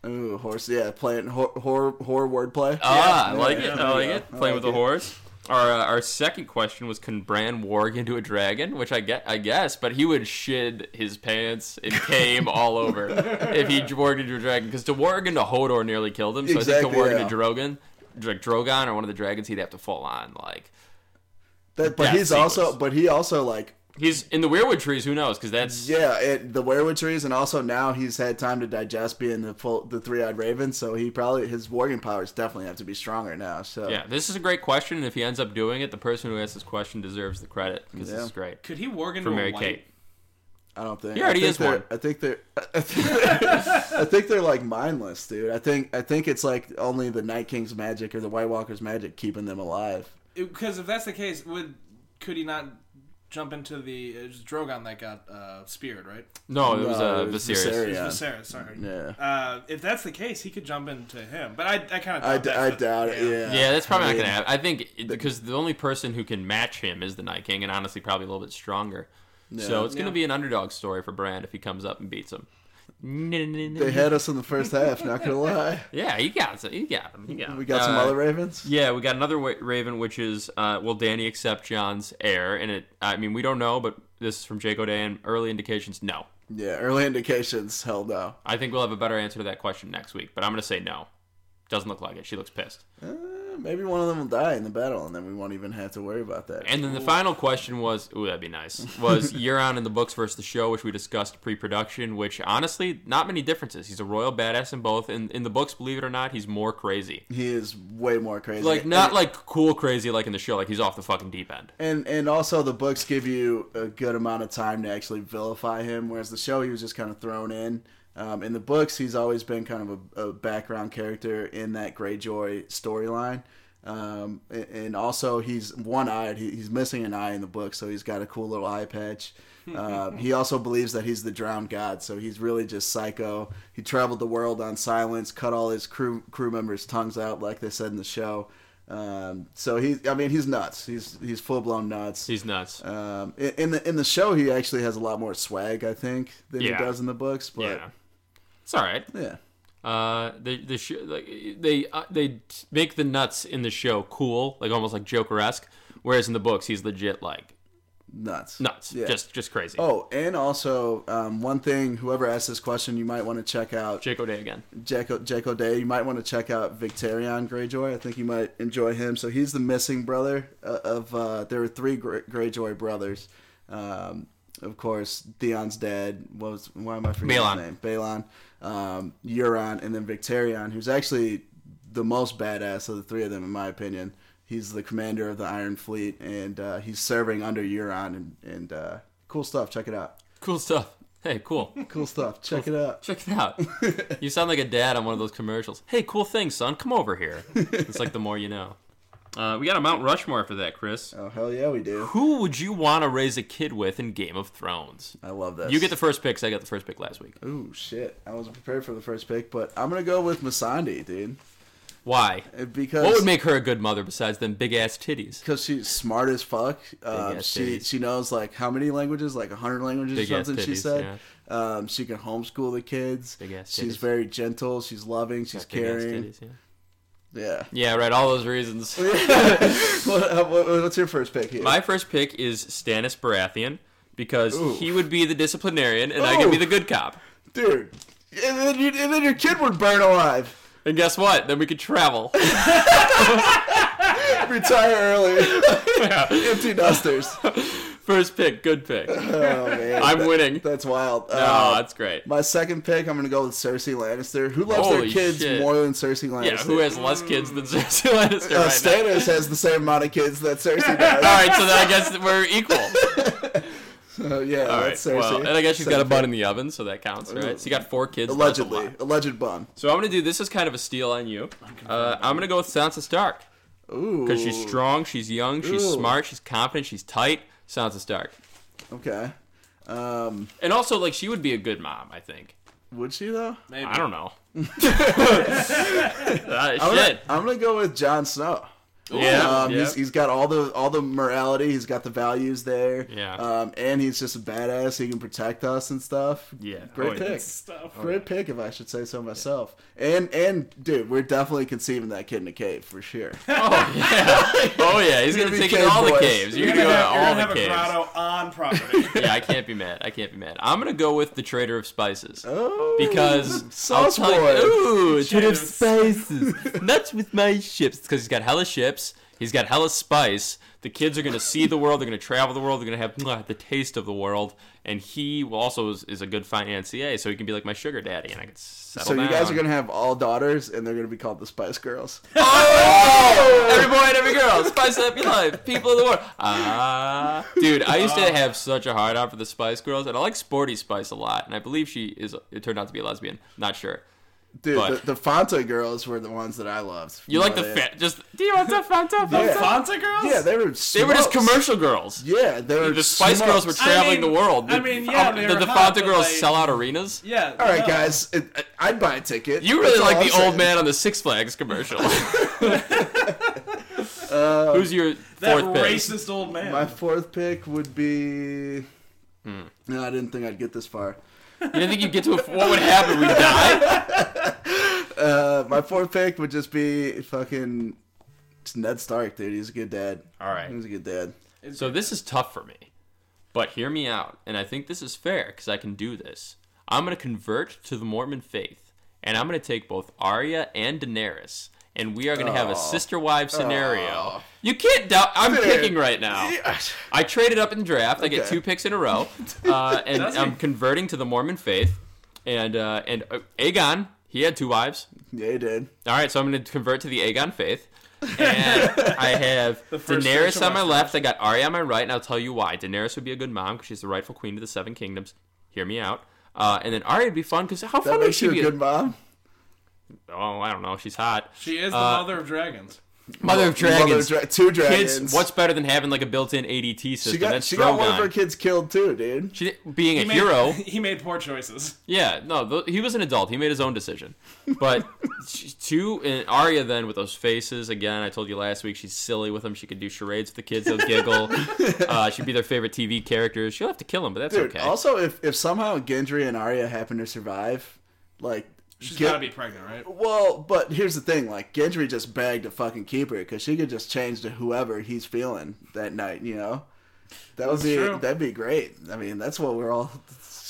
B: Ooh, horse. Yeah, playing whore whore, whore wordplay.
A: Ah, I like
B: yeah,
A: it. I like
B: yeah.
A: it.
B: I
A: Playing
B: like
A: with a
B: it.
A: horse. Our, uh, our second question was can Bran warg into a dragon, which I get, I guess, but he would shit his pants and came all over if he warged into a dragon. Because to warg into Hodor nearly killed him, so I think
B: Exactly,
A: to warg
B: yeah.
A: into Drogon, like Drogon or one of the dragons, he'd have to fall on like
B: That- but
A: That
B: he's also,
A: sequence.
B: but he also like
A: he's in the weirwood trees. Who knows? Because that's
B: Yeah, it, the werewolf trees, and also now he's had time to digest being the full, the three eyed raven, so he probably his warging powers definitely have to be stronger now. So
A: yeah. This is a great question, and if he ends up doing it, the person who asked this question deserves the credit because
B: Yeah.
A: this is great
C: Could he warg into
A: for
C: a
A: Mary
C: white?
A: Kate.
B: I don't think
A: He already
B: I think
A: is
B: they're-
A: one.
B: I think they're I think they're, I think they're like mindless, dude. I think I think it's like only the Night King's magic or the White Walker's magic keeping them alive.
C: Because if that's the case, would could he not jump into the uh, it was Drogon that got uh, speared, right?
A: No, it was
B: No,
A: uh,
B: it was
A: Viserys.
B: Viserys.
C: It was
B: Yeah.
C: Viserys, sorry.
B: Yeah.
C: Uh, if that's the case, he could jump into him. But I, I kind of
B: I, d- I doubt it. Yeah,
A: Yeah, that's probably
B: I
A: not
B: mean,
A: gonna happen. I think it- because the only person who can match him is the Night King, and honestly, probably a little bit stronger. So it's gonna
C: Yeah.
A: be an underdog story for Brand if he comes up and beats him.
B: They had us in the first half. Not gonna lie,
A: Yeah, you got it. You got him. You got him.
B: we got some
A: Uh,
B: other ravens.
A: Yeah, we got another wa- Raven, which is uh, will Danny accept John's heir? And it, I mean, we don't know, but this is from Jake O'Day and early indications. No,
B: Yeah, early indications. Hell no.
A: I think we'll have a better answer to that question next week. But I'm gonna say no. Doesn't look like it. She looks pissed.
B: Uh, maybe one of them will die in the battle, and then we won't even have to worry about that.
A: And then the final question was, ooh, that'd be nice. Was Euron in the books versus the show, which we discussed pre-production. Which honestly, not many differences. He's a royal badass in both. In in the books, believe it or not, he's more crazy.
B: He is way more crazy.
A: Like not like cool crazy like in the show. Like he's off the fucking deep end.
B: and and also the books give you a good amount of time to actually vilify him, whereas the show he was just kind of thrown in. Um, in the books, he's always been kind of a, a background character in that Greyjoy storyline. Um, and, and also he's one-eyed. He, he's missing an eye in the book, so he's got a cool little eye patch. Um, he also believes that he's the drowned god, so he's really just psycho. He traveled the world on silence, cut all his crew crew members' tongues out, like they said in the show. Um, so he, I mean, he's nuts. He's he's full blown nuts.
A: He's nuts.
B: um, in, in the in the show, he actually has a lot more swag, I think, than
A: Yeah.
B: he does in the books. But
A: yeah, it's all right.
B: yeah,
A: Uh, the the sh- like they uh, they make the nuts in the show cool, like almost like Joker esque. Whereas in the books, he's legit like
B: nuts,
A: nuts,
B: Yeah.
A: just just crazy.
B: Oh, and also um, one thing: whoever asked this question, you might want to check out
A: Jake O'Day again.
B: Jack, O- Jack O'Day. You might want to check out Victarion Greyjoy. I think you might enjoy him. So he's the missing brother uh, of. Uh, there were three Gre- Greyjoy brothers. Um, of course, Theon's dad. What was why am I forgetting
A: Balon.
B: his name? Balon, um, Euron, and then Victarion, who's actually the most badass of the three of them, in my opinion. He's the commander of the Iron Fleet, and uh, he's serving under Euron, and, and uh, cool stuff. Check it out.
A: Cool stuff. Hey, cool.
B: Cool stuff. Check it out.
A: Check it out. you sound like a dad on one of those commercials. Hey, cool thing, son. Come over here. It's like the more you know. Uh, we got a Mount Rushmore for that, Chris.
B: Oh hell yeah, we do.
A: Who would you want to raise a kid with in Game of Thrones?
B: I love this.
A: You get the first pick. 'cause I got the first pick last week.
B: Ooh, shit. I wasn't prepared for the first pick, but I'm going to go with Masandi, dude.
A: Why?
B: Because
A: What would make her a good mother besides them big ass titties?
B: because she's smart as fuck. Um,
A: ass
B: she
A: titties.
B: she knows like how many languages, like hundred languages
A: Big
B: or
A: ass
B: something. she
A: titties,
B: said um, she can homeschool the kids.
A: Big ass
B: she's
A: titties.
B: very gentle. She's loving. She's
A: Big ass
B: caring.
A: titties, yeah.
B: Yeah.
A: yeah, right. All those reasons.
B: What, uh, what, what's your first pick here?
A: My first pick is Stannis Baratheon because
B: Ooh.
A: he would be the disciplinarian and I could be
B: Ooh.
A: the good cop.
B: Dude, and then, you, and then your kid would burn alive.
A: And guess what? Then we could travel.
B: Retire early. Empty nesters.
A: First pick, good pick.
B: Oh man,
A: I'm winning.
B: that's wild.
A: Oh,
B: Uh,
A: that's great.
B: my second pick, I'm gonna go with Cersei Lannister. Who loves their
A: Holy
B: kids
A: shit.
B: more than Cersei Lannister?
A: Yeah, who has less kids than Cersei Lannister
B: Uh,
A: right now?
B: Stannis has the same amount of kids that Cersei does.
A: All right, so then I guess that we're equal.
B: Uh, yeah,
A: All right,
B: that's Cersei.
A: well, and I guess she's got a
B: Cersei.
A: bun in the oven, so that counts, right? So you got four kids. that's a
B: Allegedly,
A: lot.
B: alleged bun.
A: So I'm gonna do this is kind of a steal on you. Uh, I'm gonna go with Sansa Stark
B: Ooh,
A: because she's strong, she's young, she's
B: Ooh.
A: smart, she's confident, she's tight. Sansa Stark,
B: Okay, um,
A: and also like she would be a good mom, I think.
B: would she though?
C: Maybe.
A: I don't know. Uh,
B: I'm gonna,
A: shit.
B: I'm gonna go with Jon Snow.
A: yeah,
B: um,
A: yeah.
B: He's, he's got all the all the morality. He's got the values there.
A: Yeah.
B: um, and he's just a badass. He can protect us and stuff.
F: Yeah.
B: great
F: Oh, yeah.
B: pick.
C: Stuff.
B: Great pick, if I should say so myself. And and dude, we're definitely conceiving that kid in a cave for sure.
A: Oh yeah. Oh yeah. He's gonna
B: Gonna be
A: take it
B: cave
A: all the
B: boys.
A: caves. You're
C: You're
A: gonna
C: gonna
A: go
C: have, you're
A: to
C: gonna
A: all the
C: have a
A: caves.
C: grotto on property.
A: Yeah, I can't be mad. I can't be mad. I'm gonna go with the trader of spices.
B: Oh,
A: Because I'll
B: sauce
A: tell
B: boy.
A: you, ooh, trader of
C: Cheers.
A: spices. Nuts with my ships. Because he's got hella ships. He's got hella spice. The kids are gonna see the world. They're gonna travel the world. They're gonna have mwah, the taste of the world. And he will also is, is a good financier, so he can be like my sugar daddy, and I can settle
B: So you guys are
A: down.
B: gonna have all daughters, and they're gonna be called the Spice Girls.
A: every boy and every girl, spice up your life, people of the world. Ah, dude, I used to have such a hard on for the Spice Girls, and I like Sporty Spice a lot, and I believe she is. It turned out to be a lesbian. Not sure.
B: Dude,
A: But-
B: the, the Fanta girls were the ones that I loved.
A: You like the
B: Yeah.
A: fa- just? Do you want some fun stuff?
B: Yeah.
C: Fonta girls?
B: Yeah, they
A: They
B: were.
A: were just
B: smokes.
A: commercial girls.
B: Yeah, they were.
A: The Spice
B: smokes.
A: Girls were traveling the
C: mean-
A: world.
C: I mean, yeah, they
A: the,
C: were
A: the
C: hot,
A: Fonta
C: but,
A: girls
C: like-
A: sell out arenas.
C: Yeah.
B: All right,
C: no.
B: guys, it, I, I'd buy a ticket.
A: You really
B: That's all
A: like
B: I'm
A: the old
B: saying.
A: man on the Six Flags commercial. Who's your fourth
C: That
A: pick?
C: racist old man.
B: My fourth pick would be.
A: Hmm.
B: No, I didn't think I'd get this far.
A: You didn't think you'd get to a, what would happen? We die?
B: Uh, my fourth pick would just be fucking it's Ned Stark, dude. He's a good dad.
A: All right.
B: He's a good dad.
A: So this is tough for me, but hear me out, and I think this is fair because I can do this. I'm gonna convert to the Mormon faith, and I'm gonna take both Arya and Daenerys, and we are gonna have a sister wives scenario. You can't doubt. I'm
B: Dude.
A: picking right now. I traded up in draft. I get
B: Okay.
A: two picks in a row, uh, and
C: That's
A: I'm
C: it.
A: converting to the Mormon faith. And uh, and uh, Aegon, he had two wives.
B: Yeah, he did.
A: All right, so I'm going to convert to the Aegon faith. And I have
C: first
A: Daenerys
C: social
A: on my
C: life
A: left. I got Arya on my right, and I'll tell you why. Daenerys would be a good mom because she's the rightful queen of the Seven Kingdoms. Hear me out. Uh, and then Arya would be fun because how
B: That
A: fun would
B: makes
A: she
B: you a
A: be?
B: good mom.
A: oh, I don't know. She's hot.
C: She is the
A: Uh,
C: mother of dragons.
A: Mother of
B: Mother of
A: dragons.
B: dra- two dragons.
A: Kids, what's better than having like a built-in ADT system?
B: she got?
A: That's
B: She got one of
A: Drogon.
B: her kids killed too, dude.
A: She, being a
C: He made-
A: hero.
C: He made poor choices.
A: Yeah, no, th- he was an adult. He made his own decision. But she- two and Arya then with those faces again. I told you last week she's silly with them. She could do charades with the kids. They'll giggle. Uh, she'd be their favorite TV characters. She'll have to kill him, but that's
B: Dude.
A: okay.
B: Also, if if somehow Gendry and Arya happen to survive, like
C: She's
B: Gen-
C: gotta be pregnant, right?
B: Well, but here's the thing: like Gendry just begged to fucking keep her because she could just change to whoever he's feeling that night. You know, that would be
C: true.
B: that'd be great. I mean, that's what we're all.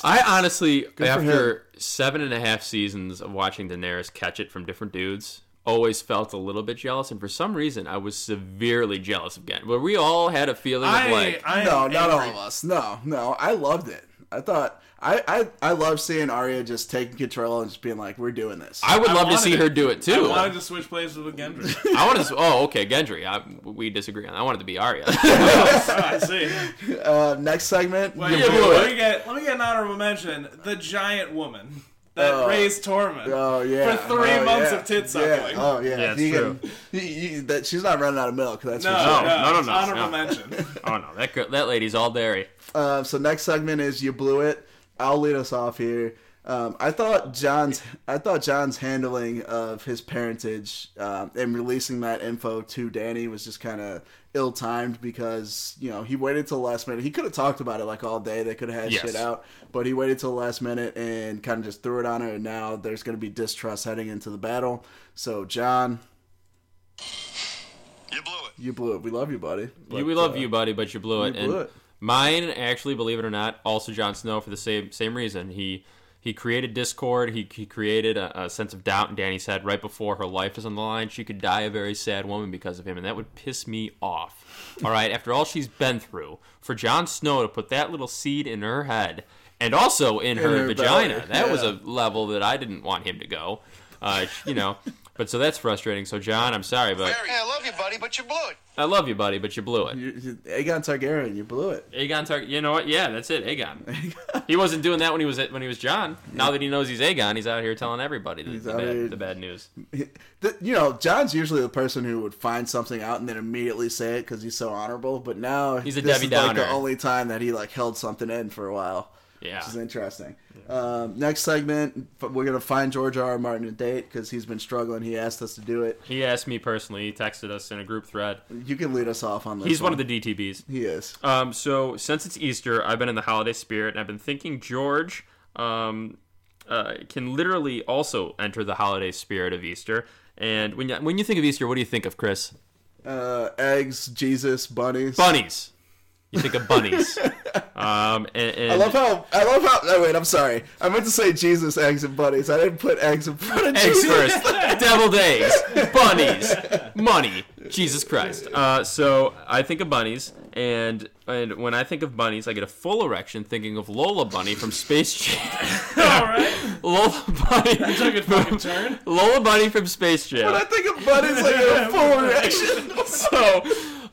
A: I honestly,
B: for
A: after seven and a half seasons of watching Daenerys catch it from different dudes, always felt a little bit jealous. And for some reason, I was severely jealous of Gendry. But we all had a feeling of
C: I,
A: like,
C: I am
B: No, not all
C: angry.
B: of us. No, no. I loved it. I thought I I I love seeing Arya just taking control and just being like, "We're doing this."
A: I would
C: I
A: love to
C: wanted
A: see
C: it.
A: her do it too.
C: I wanted to switch places with Gendry.
A: I want to. Oh, okay, Gendry. I, we disagree on. that. I wanted to be Arya.
C: oh, I see.
B: Uh, next segment.
C: Wait,
A: Yeah,
C: wait,
A: boy.
C: let me get let me get an honorable mention: the giant woman that
B: Oh.
C: raised Tormund
B: Oh yeah.
C: for three
B: Oh,
C: months
B: yeah.
C: of tit
B: Yeah.
C: suckling.
B: Oh yeah.
F: Yeah, it's
B: You
F: true.
B: can- you- you- that she's not running out of milk. That's
C: No,
B: for sure.
C: no,
F: no, no,
C: it's
F: no,
C: honorable
F: no.
C: mention.
F: Oh no, that
A: that girl, that lady's all dairy.
B: Uh, so next segment is you blew it. I'll lead us off here. Um, I thought John's I thought John's handling of his parentage um, and releasing that info to Danny was just kind of ill timed because you know he waited till the last minute. He could have talked about it like all day. They could have had
G: Yes.
B: shit out, but he waited till the last minute and kind of just threw it on her. And now there's going to be distrust heading into the battle. So John,
H: You blew it.
B: you blew it. We love you, buddy.
A: You- we
B: But,
A: love
B: uh,
A: you, buddy, but you blew it.
B: you
A: and
B: blew it.
A: mine, actually, believe it or not, also Jon Snow for the same same reason. He he created discord. He, he created a, a sense of doubt in Danny's head right before her life is on the line. She could die a very sad woman because of him, and that would piss me off. All right, after all she's been through, for Jon Snow to put that little seed in her head and also in, her,
B: her
A: vagina,
B: belly,
A: that was
B: yeah.
A: a level that I didn't want him to go. Uh, you know, but so that's frustrating. So John, I'm sorry, but
H: Barry, hey, I love you, buddy, but you blew it.
A: I love you, buddy, but you blew it.
B: You, you, Aegon Targaryen, you blew it.
A: Aegon Tar- you know what? Yeah, that's it. Aegon. he wasn't doing that when he was when he was John. Now that he knows he's Aegon, he's out here telling everybody the, the,
B: out here-
A: bad, the bad news.
B: Th you know, John's usually the person who would find something out and then immediately say it because he's so honorable. But now
A: He's a
B: this
A: Debbie
B: is like the
A: Downer.
B: only time that he like held something in for a while,
A: Yeah.
B: which is interesting. Um, next segment, f- we're gonna find George R. R. Martin a date because he's been struggling. He asked us to do it.
A: He asked me personally. He texted us in a group thread.
B: You can lead us off on this.
A: He's one of the DTBs.
B: He is.
G: Um, so since it's Easter, I've been in the holiday spirit, and I've been thinking George um, uh, can literally also enter the holiday spirit of Easter. And when you,
A: When you think of Easter, what do you think of, Chris?
B: Uh, eggs, Jesus, bunnies.
A: Bunnies. You think of bunnies.
G: um, and, and
B: I love how I love how. Oh wait, I'm sorry. I meant to say Jesus, eggs, and bunnies. I didn't put eggs in front of
A: eggs
B: Jesus.
A: first. Deviled eggs. Bunnies. Money. Jesus Christ.
G: Uh, so I think of bunnies, and and when I think of bunnies, I get a full erection thinking of Lola Bunny from Space Jam.
C: All right,
G: Lola Bunny.
C: took a fucking turn.
G: Lola Bunny from Space
B: When I
G: Jam.
B: think of bunnies, like a full reaction.
G: So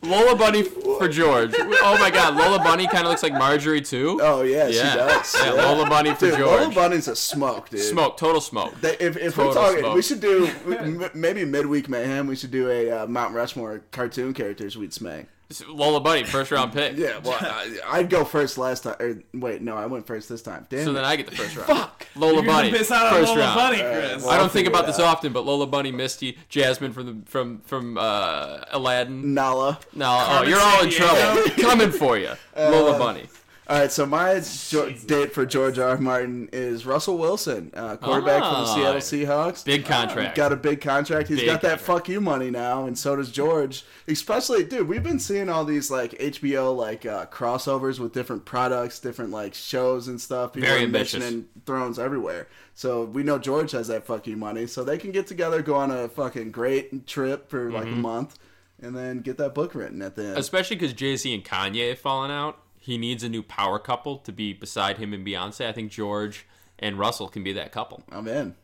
A: Lola Bunny for George. Oh my God, Lola Bunny kind of looks like Marjorie too.
B: Oh yeah,
A: Yeah.
B: she does.
A: Yeah, Lola Bunny for
B: Dude,
A: George.
B: Lola Bunny's a smoke, dude.
A: Smoke, total smoke.
B: They- If, if
A: Total
B: we're talking,
A: smoke.
B: we should do m- maybe midweek mayhem. We should do a uh, Mount Rushmore cartoon characters we'd smack.
A: Lola Bunny, first round pick.
B: Yeah, well, I, I'd go first last time. Or, wait, no, I went first this time. Damn.
A: So then
B: it.
A: I get the first round. Fuck. Lola
C: You're
A: Bunny,
C: gonna piss out on
A: first
C: Lola
A: round.
C: Bunny, Chris.
B: well,
A: I don't
B: I'll
A: think
B: figure
A: about
B: it
A: this
B: out.
A: often, but Lola Bunny, Misty, Jasmine from the from from uh,
B: Mm.
A: Aladdin.
B: Nala.
A: No, oh, you're all in
C: San
A: trouble. Coming for you, Lola Bunny.
B: All right, so my jo- date for George R. R. Martin is Russell Wilson, uh, quarterback for the
A: Ah.
B: Seattle Seahawks.
A: Big contract.
B: Got a big contract. He's
A: Big
B: got that
A: contract.
B: fuck you money now, and so does George. Especially, dude, we've been seeing all these like HBO like uh, crossovers with different products, different like shows and stuff. People
A: Very
B: are
A: ambitious.
B: mentioning Thrones everywhere. So we know George has that fuck you money, so they can get together, go on a fucking great trip for like
A: Mm-hmm.
B: a month, and then get that book written at the end.
A: Especially because Jay Z and Kanye have fallen out. He needs a new power couple to be beside him and Beyonce. I think George and Russell can be that couple.
B: I'm in.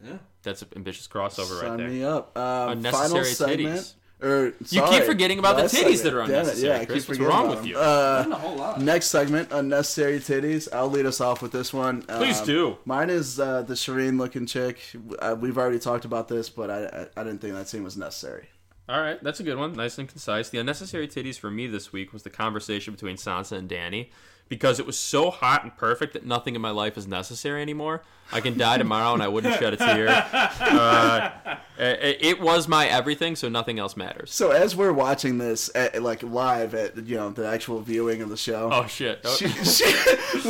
A: That's an ambitious crossover right
B: Sign
A: there.
B: me up. Um, final
A: Unnecessary
B: segment.
A: titties.
B: Or,
A: You keep
B: sorry,
A: forgetting about the
B: last
A: titties
B: segment.
A: that are
B: Damn it,
A: unnecessary,
B: Yeah,
A: Chris.
B: I keep
A: What's
B: forgetting
A: wrong
B: about
A: with
B: them.
A: you?
B: Uh,
C: A whole lot.
B: Next segment, unnecessary titties. I'll lead us off with this one. Please
G: do.
B: Mine is uh, the Shireen looking chick. Uh, we've already talked about this, but I, I I didn't think that scene was necessary.
A: All right, that's a good one. Nice and concise. The unnecessary titties for me this week was the conversation between Sansa and Danny because it was so hot and perfect that nothing in my life is necessary anymore. I can die tomorrow and I wouldn't shed a tear. Uh, it, it was my everything, so nothing else matters.
B: So as we're watching this, at, like live at you know the actual viewing of the show.
A: Oh, shit. Oh,
B: She, she,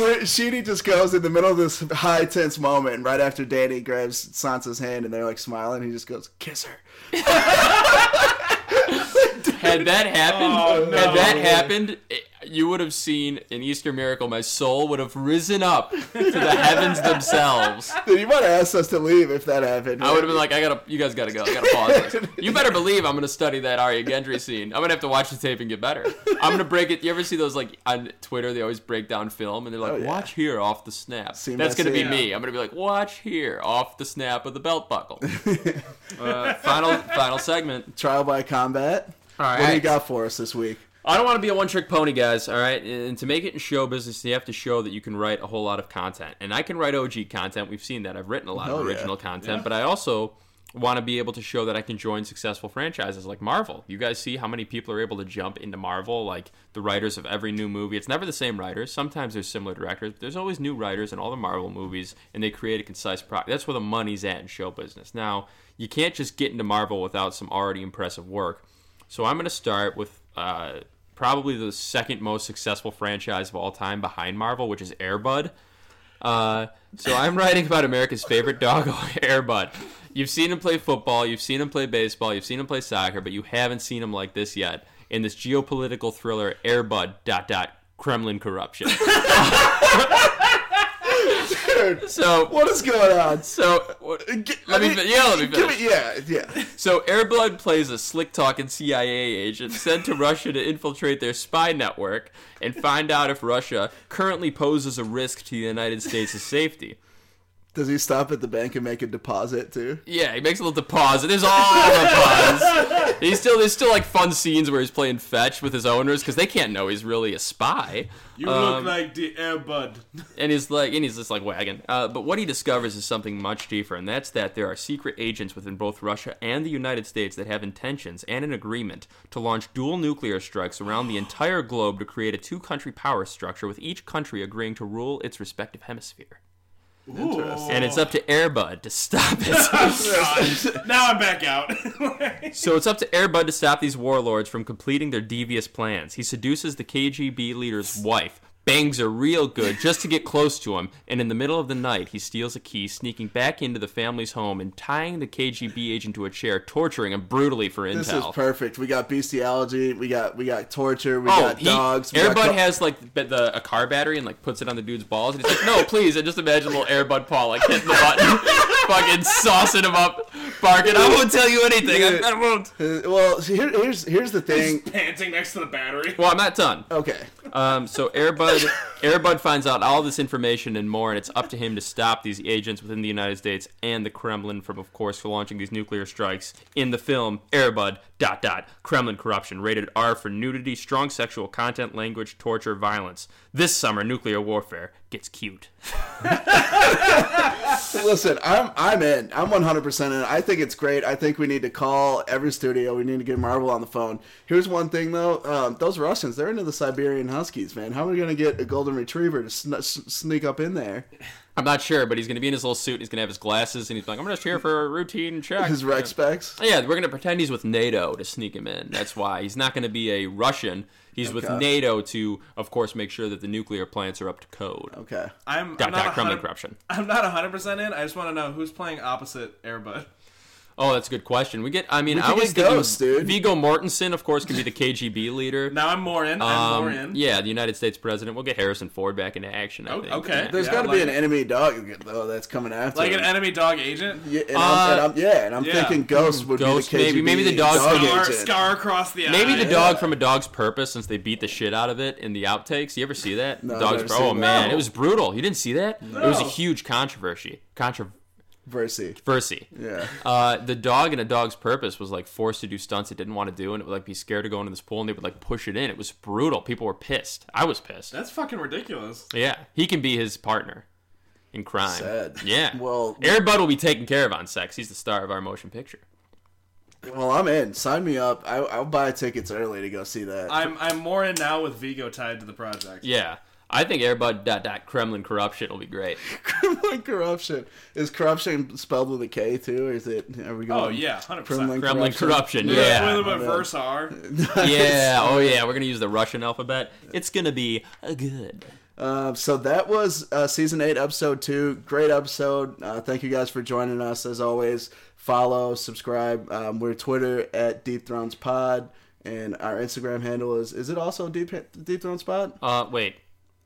B: where Sheedy just goes in the middle of this high tense moment, and right after Danny grabs Sansa's hand and they're like smiling, he just goes, "Kiss her."
A: had that happened,
C: Oh, no.
A: had that happened, it- you would have seen an Easter miracle. My soul would have risen up to the heavens themselves.
B: Dude, you might have asked us to leave if that happened.
A: I would have been like, I gotta, you guys gotta go, I gotta pause this. You better believe I'm gonna study that Arya Gendry scene. I'm gonna have to watch the tape and get better. I'm gonna break it. You ever see those like on Twitter? They always break down film and they're like,
B: Oh, yeah.
A: watch here off the snap.
B: Scene
A: That's
B: by
A: gonna be
B: scene.
A: me. I'm gonna be like, watch here off the snap of the belt buckle. uh, final, final segment.
B: trial by combat.
A: All right.
B: What do you got for us this week?
A: I don't want to be a one trick pony, guys, all right? And to make it in show business, you have to show that you can write a whole lot of content. And I can write OG content. We've seen that. I've written a lot
B: Hell
A: of
B: yeah.
A: original content, but I also want to be able to show that I can join successful franchises like Marvel. You guys see how many people are able to jump into Marvel, like the writers of every new movie. It's never the same writers. Sometimes there's similar directors, but there's always new writers in all the Marvel movies, and they create a concise product. That's where the money's at in show business. Now, you can't just get into Marvel without some already impressive work. So I'm going to start with uh, probably the second most successful franchise of all time behind Marvel, which is Airbud. Uh, so I'm writing about America's favorite dog, Airbud. You've seen him play football, you've seen him play baseball, you've seen him play soccer, but you haven't seen him like this yet. In this geopolitical thriller, Airbud dot dot Kremlin corruption.
B: Dude,
A: So
B: what is going on?
A: so what- let me fin- yeah let me
B: Give
A: finish.
B: me, yeah, yeah.
A: So Airbud plays a slick talking CIA agent sent to Russia to infiltrate their spy network and find out if Russia currently poses a risk to the United States' safety.
B: Does he stop at the bank and make a deposit too?
A: Yeah, he makes a little deposit. There's all the pause. He's still there's still like fun scenes where he's playing fetch with his owners because they can't know he's really a spy.
C: You
A: Um,
C: look like the Airbud.
A: and he's like and he's just like wagging. Uh, but what he discovers is something much deeper, and that's that there are secret agents within both Russia and the United States that have intentions and an agreement to launch dual nuclear strikes around the entire globe to create a two-country power structure, with each country agreeing to rule its respective hemisphere.
B: Interesting.
A: And it's up to Airbud to stop it.
C: now I'm back out.
A: So it's up to Airbud to stop these warlords from completing their devious plans. He seduces the KGB leader's wife, bangs her real good just to get close to him, and in the middle of the night, he steals a key, sneaking back into the family's home and tying the KGB agent to a chair, torturing him brutally for intel.
B: This is perfect. We got bestiality. We got we got torture. We
A: Oh,
B: got
A: he-
B: dogs. We
A: Airbud
B: got co-
A: has like the, the a car battery and like puts it on the dude's balls, and he's like, "No, please!" And just imagine little Airbud Paul like hitting the button, fucking saucing him up, barking. I won't tell you anything. I, I won't.
B: Uh, well, see, here, here's here's the thing.
C: Panting next to the battery.
A: Well, I'm not done.
B: Okay,
A: Um, so Airbud Airbud finds out all this information and more, and it's up to him to stop these agents within the United States and the Kremlin from, of course, launching these nuclear strikes. In the film Airbud dot dot Kremlin corruption, rated R for nudity, strong sexual content, language, torture, violence. This summer, nuclear warfare gets cute.
B: listen, I'm I'm in. I'm 100 percent in. I think it's great. I think we need to call every studio. We need to get Marvel on the phone. Here's one thing though. Um, those Russians, they're into the Siberian Huskies, man. How are we gonna get a golden retriever to sn- s- sneak up in there?
A: I'm not sure, but he's gonna be in his little suit. He's gonna have his glasses, and he's like, "I'm just here for a routine check."
B: His rec specs.
A: Yeah, we're gonna pretend he's with NATO to sneak him in. That's why he's not gonna be a Russian. He's with
B: Okay.
A: NATO to, of course, make sure that the nuclear plants are up to code.
B: Okay.
C: I'm, I'm
A: Dot
C: not
A: dot Kremlin
C: 100
A: corruption.
C: I'm not 100% in. I just want to know who's playing opposite Airbud.
A: Oh, that's a good question. We get. I mean, I
B: could
A: was
B: get
A: thinking
B: ghosts, dude.
A: Vigo Mortensen, of course, can be the KGB leader.
C: Now I'm more in. I'm more
A: um,
C: in.
A: yeah, the United States president. We'll get Harrison Ford back into action. I
C: Oh,
A: think.
C: okay.
A: Yeah.
B: There's
C: Yeah,
B: got to
C: like-
B: be an enemy dog though that's coming after.
C: Like an
B: him.
C: enemy dog agent?
B: Yeah, and I'm, and
A: Uh,
B: I'm, yeah, and I'm
C: yeah.
B: thinking Ghost would
A: Ghost,
B: be the KGB
A: maybe- maybe the dog's
B: dog
A: gonna-
C: Scar,
B: agent.
C: scar across the eye.
A: Maybe the dog from A Dog's Purpose, since they beat the shit out of it in the outtakes. You ever see that?
B: No, I've
A: dog's
B: never
A: Pur-
B: seen
A: Oh
B: that.
A: man, it was brutal. You didn't see that? It was a
C: No.
A: huge controversy. Controversy.
B: Versi. Yeah.
A: Uh, the dog in A Dog's Purpose was like forced to do stunts it didn't want to do, and it would like be scared to go into this pool, and they would like push it in. It was brutal. People were pissed. I was pissed.
C: That's fucking ridiculous.
A: Yeah, he can be his partner in crime.
B: Sad.
A: Yeah.
B: Well-
A: Airbud will be taken care of on sex. He's the star of our motion picture.
B: Well, I'm in. Sign me up. I, I'll buy tickets early to go see that.
C: I'm I'm more in now with Vigo tied to the project.
A: Yeah, I think Airbud dot dot Kremlin corruption will be great.
B: Kremlin corruption is corruption spelled with a K too, or is it? Are we going?
C: Oh, yeah, 100%.
A: Kremlin corruption.
C: With-
A: Um, Yeah.
C: With a verse R.
A: Yeah. Oh yeah. We're gonna use the Russian alphabet. It's gonna be uh, good.
B: Uh, so that was uh, season eight, episode two. Great episode. Uh, thank you guys for joining us as always. Follow, subscribe. Um, we're Twitter at Deep Thrones Pod, and our Instagram handle is is it also Deep Deep Thrones Pod?
A: Uh, wait.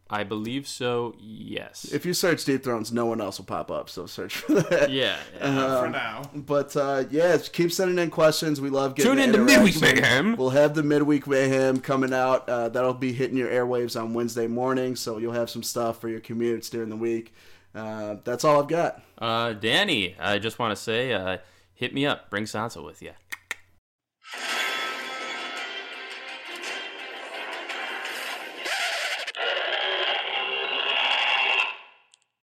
A: I believe so. Yes.
B: If you search Deep Thrones, no one else will pop up. So search for that.
A: yeah.
C: for now.
B: But uh, yeah, keep sending in questions. We love getting
A: Tune
B: the
A: in to Midweek
B: interaction.
A: Mayhem.
B: We'll have the midweek mayhem coming out. Uh, that'll be hitting your airwaves on Wednesday morning, so you'll have some stuff for your commutes during the week. Uh, that's all I've got.
A: Uh, Danny, I just want to say, uh, hit me up. Bring Sansa with you.